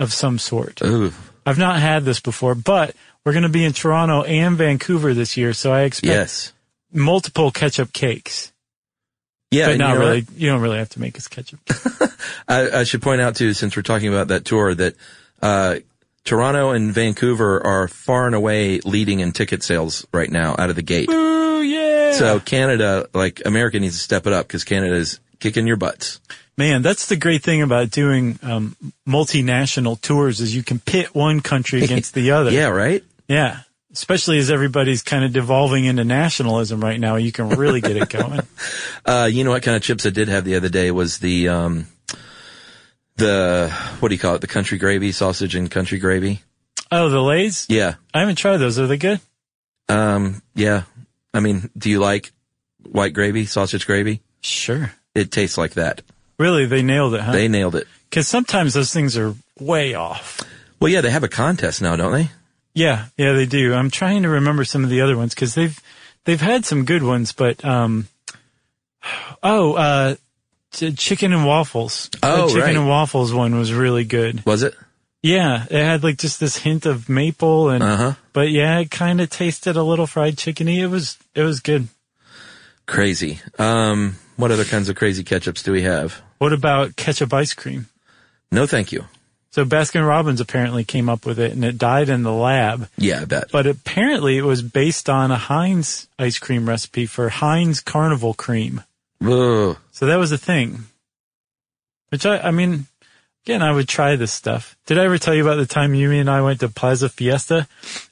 [SPEAKER 2] of some sort.
[SPEAKER 1] Ooh.
[SPEAKER 2] I've not had this before, but we're going to be in Toronto and Vancouver this year, so I expect
[SPEAKER 1] yes,
[SPEAKER 2] multiple ketchup cakes.
[SPEAKER 1] yeah.
[SPEAKER 2] but
[SPEAKER 1] and you
[SPEAKER 2] not
[SPEAKER 1] know
[SPEAKER 2] really.
[SPEAKER 1] what?
[SPEAKER 2] You don't really have to make us ketchup.
[SPEAKER 1] I, I should point out too, since we're talking about that tour, that uh, Toronto and Vancouver are far and away leading in ticket sales right now out of the gate.
[SPEAKER 2] Ooh, yeah.
[SPEAKER 1] So Canada, like America, needs to step it up because Canada is kicking your butts.
[SPEAKER 2] Man, that's the great thing about doing um, multinational tours is you can pit one country against the other.
[SPEAKER 1] Yeah, right.
[SPEAKER 2] Yeah. Especially as everybody's kind of devolving into nationalism right now, you can really get it going.
[SPEAKER 1] Uh, you know what kind of chips I did have the other day was the um, the what do you call it? The country gravy sausage and country gravy.
[SPEAKER 2] oh, the Lays?
[SPEAKER 1] Yeah,
[SPEAKER 2] I haven't tried those. Are they good?
[SPEAKER 1] um, yeah. I mean, do you like white gravy, sausage gravy?
[SPEAKER 2] Sure.
[SPEAKER 1] It tastes like that.
[SPEAKER 2] Really? They nailed it, huh?
[SPEAKER 1] They nailed it.
[SPEAKER 2] Because sometimes those things are way off.
[SPEAKER 1] Well, yeah, they have a contest now, don't they?
[SPEAKER 2] Yeah, yeah, they do. I'm trying to remember some of the other ones because they've they've had some good ones, but um, oh, uh, ch- chicken and waffles.
[SPEAKER 1] Oh,
[SPEAKER 2] the chicken
[SPEAKER 1] right.
[SPEAKER 2] and waffles one was really good.
[SPEAKER 1] Was it?
[SPEAKER 2] Yeah, it had like just this hint of maple and,
[SPEAKER 1] Uh-huh.
[SPEAKER 2] but yeah, it kind of tasted a little fried chickeny. It was it was good.
[SPEAKER 1] Crazy. Um, what other kinds of crazy ketchups do we have?
[SPEAKER 2] What about ketchup ice cream?
[SPEAKER 1] No, thank you.
[SPEAKER 2] So Baskin Robbins apparently came up with it, and it died in the lab.
[SPEAKER 1] Yeah, I bet.
[SPEAKER 2] But apparently, it was based on a Heinz ice cream recipe for Heinz Carnival Cream.
[SPEAKER 1] Ugh.
[SPEAKER 2] So that was a thing. Which I, I mean, Again, I would try this stuff. Did I ever tell you about the time Yumi and I went to Plaza Fiesta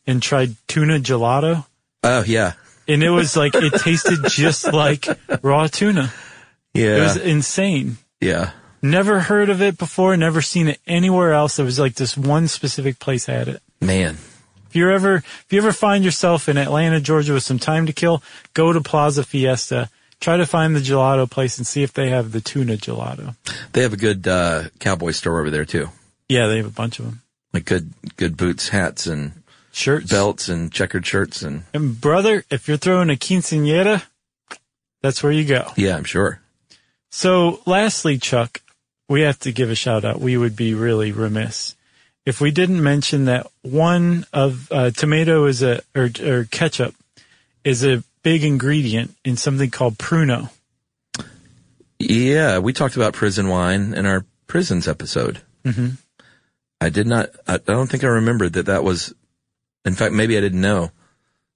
[SPEAKER 2] and tried tuna gelato?
[SPEAKER 1] Oh yeah,
[SPEAKER 2] And it was like, it tasted just like raw tuna.
[SPEAKER 1] Yeah.
[SPEAKER 2] It was insane.
[SPEAKER 1] yeah.
[SPEAKER 2] Never heard of it before, never seen it anywhere else. It was like this one specific place had it.
[SPEAKER 1] Man,
[SPEAKER 2] If you're ever, if you ever find yourself in Atlanta, Georgia with some time to kill, go to Plaza Fiesta. Try to find the gelato place and see if they have the tuna gelato.
[SPEAKER 1] they have a good uh, cowboy store over there too.
[SPEAKER 2] Yeah, they have a bunch of them.
[SPEAKER 1] Like good good boots, hats, and
[SPEAKER 2] shirts,
[SPEAKER 1] belts, and checkered shirts, and
[SPEAKER 2] And brother, if you're throwing a quinceanera, that's where you go.
[SPEAKER 1] yeah, I'm sure.
[SPEAKER 2] So lastly, Chuck, we have to give a shout out. We would be really remiss if we didn't mention that one of uh, tomato is a or, or ketchup is a big ingredient in something called pruno.
[SPEAKER 1] Yeah, we talked about prison wine in our prisons episode.
[SPEAKER 2] Mm-hmm.
[SPEAKER 1] I did not. I I don't think I remembered that that was. In fact, maybe I didn't know.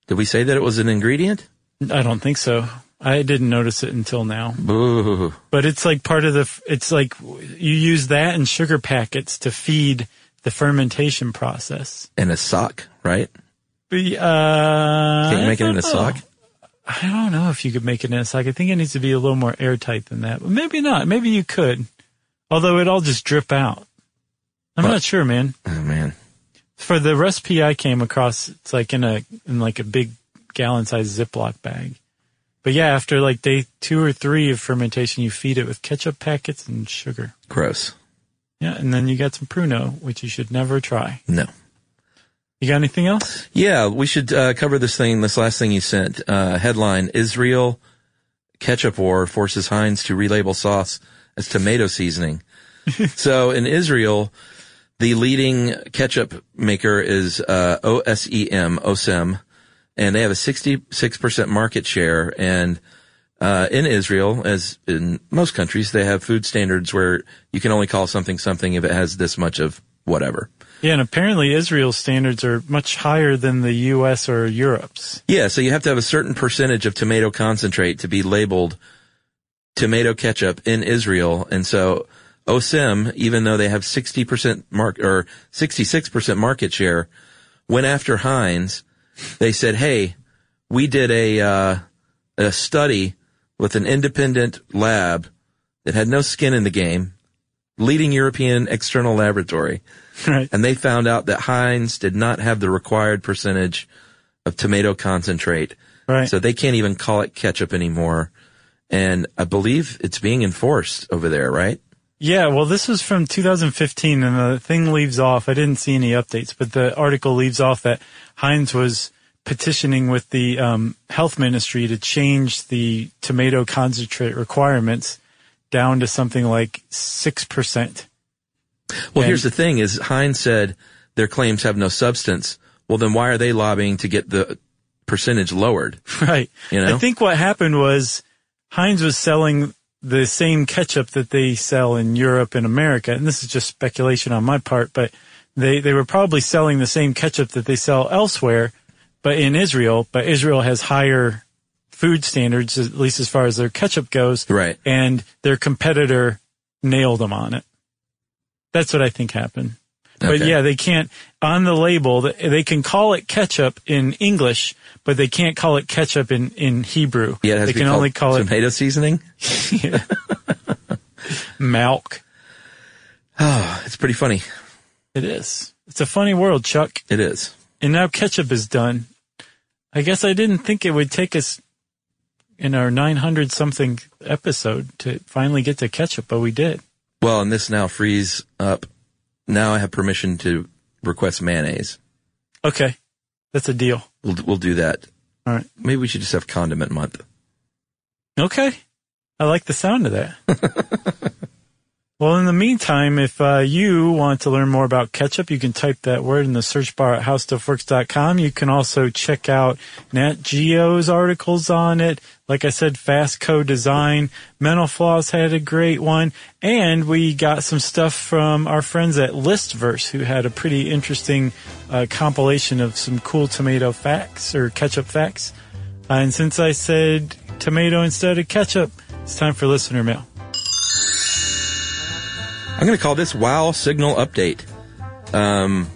[SPEAKER 1] Did we say that it was an ingredient?
[SPEAKER 2] I don't think so. I didn't notice it until now.
[SPEAKER 1] Boo.
[SPEAKER 2] But it's like part of the, f- it's like you use that and sugar packets to feed the fermentation process.
[SPEAKER 1] In a sock, right?
[SPEAKER 2] But, uh,
[SPEAKER 1] Can you make it
[SPEAKER 2] I
[SPEAKER 1] in a
[SPEAKER 2] don't know.
[SPEAKER 1] sock?
[SPEAKER 2] I don't know if you could make it in a sock. I think it needs to be a little more airtight than that, but maybe not. Maybe you could, although it all just drip out. I'm not sure, man.
[SPEAKER 1] Oh man.
[SPEAKER 2] For the recipe I came across, it's like in a, in like a big gallon sized Ziploc bag. But yeah, after like day two or three of fermentation, you feed it with ketchup packets and sugar.
[SPEAKER 1] Gross.
[SPEAKER 2] Yeah, and then you got some pruno, which you should never try.
[SPEAKER 1] No.
[SPEAKER 2] You got anything else?
[SPEAKER 1] Yeah, we should uh, cover this thing. This last thing you sent uh, headline: Israel ketchup war forces Heinz to relabel sauce as tomato seasoning. so in Israel, the leading ketchup maker is uh, OSEM, OSEM, E and they have a 66% market share. And uh, in Israel, as in most countries, they have food standards where you can only call something something if it has this much of whatever.
[SPEAKER 2] Yeah, and apparently Israel's standards are much higher than the U.S. or Europe's.
[SPEAKER 1] Yeah, so you have to have a certain percentage of tomato concentrate to be labeled tomato ketchup in Israel. And so OSIM, even though they have 60% mark or 66% market share, went after Heinz. They said, Hey, we did a, uh, a study with an independent lab that had no skin in the game, leading European external laboratory.
[SPEAKER 2] Right.
[SPEAKER 1] And they found out that Heinz did not have the required percentage of tomato concentrate.
[SPEAKER 2] Right.
[SPEAKER 1] So they can't even call it ketchup anymore. And I believe it's being enforced over there, right?
[SPEAKER 2] Yeah, well, this was from 2015, and the thing leaves off. I didn't see any updates, but the article leaves off that Heinz was petitioning with the um, health ministry to change the tomato concentrate requirements down to something like six percent.
[SPEAKER 1] Well, here's the thing is Heinz said their claims have no substance. Well, then why are they lobbying to get the percentage lowered?
[SPEAKER 2] Right.
[SPEAKER 1] You know?
[SPEAKER 2] I think what happened was Heinz was selling the same ketchup that they sell in Europe and America. And this is just speculation on my part, but they, they were probably selling the same ketchup that they sell elsewhere, but in Israel, but Israel has higher food standards, at least as far as their ketchup goes.
[SPEAKER 1] Right.
[SPEAKER 2] And their competitor nailed them on it. That's what I think happened. But
[SPEAKER 1] Okay.
[SPEAKER 2] yeah, they can't on the label. th- They can call it ketchup in English, but they can't call it ketchup in in Hebrew.
[SPEAKER 1] Yeah, it has
[SPEAKER 2] they
[SPEAKER 1] to be
[SPEAKER 2] can
[SPEAKER 1] called
[SPEAKER 2] only call it
[SPEAKER 1] tomato seasoning.
[SPEAKER 2] milk.
[SPEAKER 1] Oh, it's pretty funny.
[SPEAKER 2] It is. It's a funny world, Chuck.
[SPEAKER 1] It is.
[SPEAKER 2] And now ketchup is done. I guess I didn't think it would take us in our 900 something episode to finally get to ketchup, but we did.
[SPEAKER 1] Well, and this now frees up. Now I have permission to request mayonnaise.
[SPEAKER 2] Okay, that's a deal.
[SPEAKER 1] We'll, we'll do that.
[SPEAKER 2] All right.
[SPEAKER 1] Maybe we should just have condiment month.
[SPEAKER 2] Okay. I like the sound of that. well, in the meantime, if uh, you want to learn more about ketchup, you can type that word in the search bar at howstuffworks.com. You can also check out Nat Geo's articles on it. Like I said, Fastco Design, Mental Floss had a great one. And we got some stuff from our friends at Listverse, who had a pretty interesting uh, compilation of some cool tomato facts or ketchup facts. Uh, and since I said tomato instead of ketchup, it's time for listener mail.
[SPEAKER 1] I'm going to call this Wow Signal Update. Um,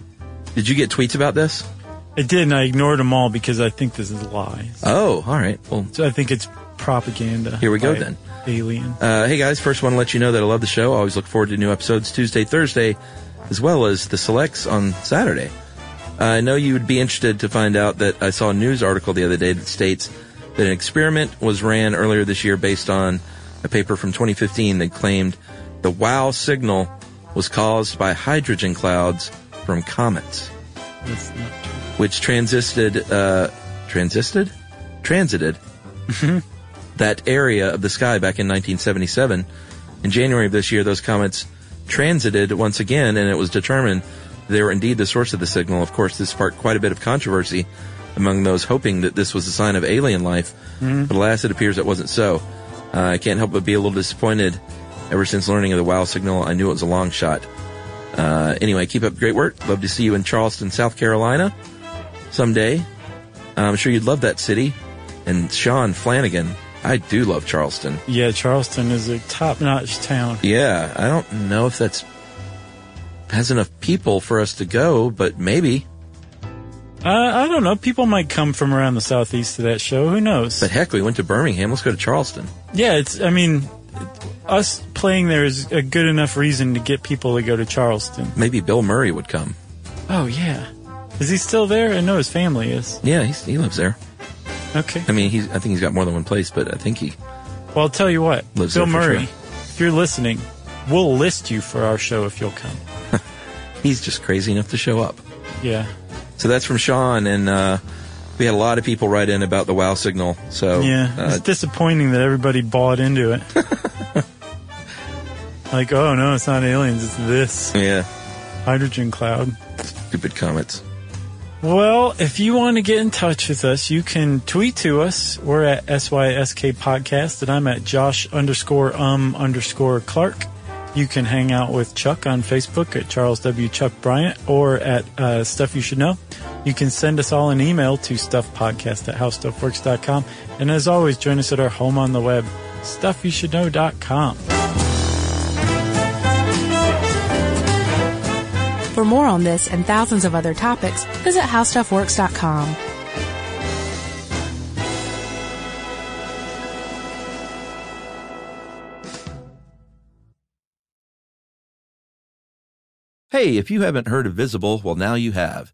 [SPEAKER 1] did you get tweets about this?
[SPEAKER 2] I did, and I ignored them all because I think this is lies.
[SPEAKER 1] Oh, all right. Well,
[SPEAKER 2] so I think it's propaganda.
[SPEAKER 1] Here we go
[SPEAKER 2] by
[SPEAKER 1] then.
[SPEAKER 2] Alien.
[SPEAKER 1] Uh, hey guys, first want to let you know that I love the show. Always look forward to new episodes Tuesday, Thursday, as well as the selects on Saturday. Uh, I know you would be interested to find out that I saw a news article the other day that states that an experiment was ran earlier this year based on a paper from 2015 that claimed the wow signal was caused by hydrogen clouds from comets,
[SPEAKER 2] That's not true.
[SPEAKER 1] which transisted, uh, transisted? Transited that area of the sky back in 1977. In January of this year, those comets transited once again, and it was determined they were indeed the source of the signal. Of course, this sparked quite a bit of controversy among those hoping that this was a sign of alien life,
[SPEAKER 11] Mhm.
[SPEAKER 1] but alas, it appears it wasn't so. Uh, I can't help but be a little disappointed. Ever since learning of the WOW signal, I knew it was a long shot. Uh, anyway, keep up the great work. Love to see you in Charleston, South Carolina someday. Uh, I'm sure you'd love that city. And Sean Flanagan, I do love Charleston.
[SPEAKER 2] Yeah, Charleston is a top-notch town.
[SPEAKER 1] Yeah, I don't know if that's has enough people for us to go, but maybe.
[SPEAKER 2] Uh, I don't know. People might come from around the southeast to that show. Who knows?
[SPEAKER 1] But heck, we went to Birmingham. Let's go to Charleston.
[SPEAKER 2] Yeah, it's. I mean, us playing there is a good enough reason to get people to go to Charleston.
[SPEAKER 1] Maybe Bill Murray would come.
[SPEAKER 2] Oh yeah, is he still there? I know his family is.
[SPEAKER 1] Yeah, he's, he lives there.
[SPEAKER 2] Okay.
[SPEAKER 1] I mean, he's, I think he's got more than one place, but I think he.
[SPEAKER 2] Well, I'll tell you what,
[SPEAKER 1] Lives
[SPEAKER 2] Bill
[SPEAKER 1] there for
[SPEAKER 2] Murray,
[SPEAKER 1] sure.
[SPEAKER 2] if you're listening, we'll list you for our show if you'll come.
[SPEAKER 1] He's just crazy enough to show up.
[SPEAKER 2] Yeah.
[SPEAKER 1] So that's from Sean, and uh, we had a lot of people write in about the wow signal. So
[SPEAKER 2] yeah,
[SPEAKER 1] uh,
[SPEAKER 2] it's disappointing that everybody bought into it. like, oh no, it's not aliens, it's this
[SPEAKER 1] yeah,
[SPEAKER 2] hydrogen cloud.
[SPEAKER 1] stupid comments.
[SPEAKER 2] Well, if you want to get in touch with us, you can tweet to us. We're at SYSK Podcast, and I'm at Josh underscore um underscore Clark. You can hang out with Chuck on Facebook at Charles W. Chuck Bryant or at uh, Stuff You Should Know. You can send us all an email to stuffpodcast at howstuffworks.com. And as always, join us at our home on the web, stuffyoushouldknow.com.
[SPEAKER 3] For more on this and thousands of other topics, visit howstuffworks.com.
[SPEAKER 1] Hey, if you haven't heard of Visible, well, now you have.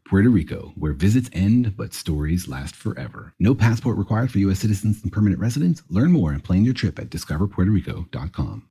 [SPEAKER 12] Puerto Rico, where visits end but stories last forever. No passport required for U.S. citizens and permanent residents. Learn more and plan your trip at discoverpuertorico.com.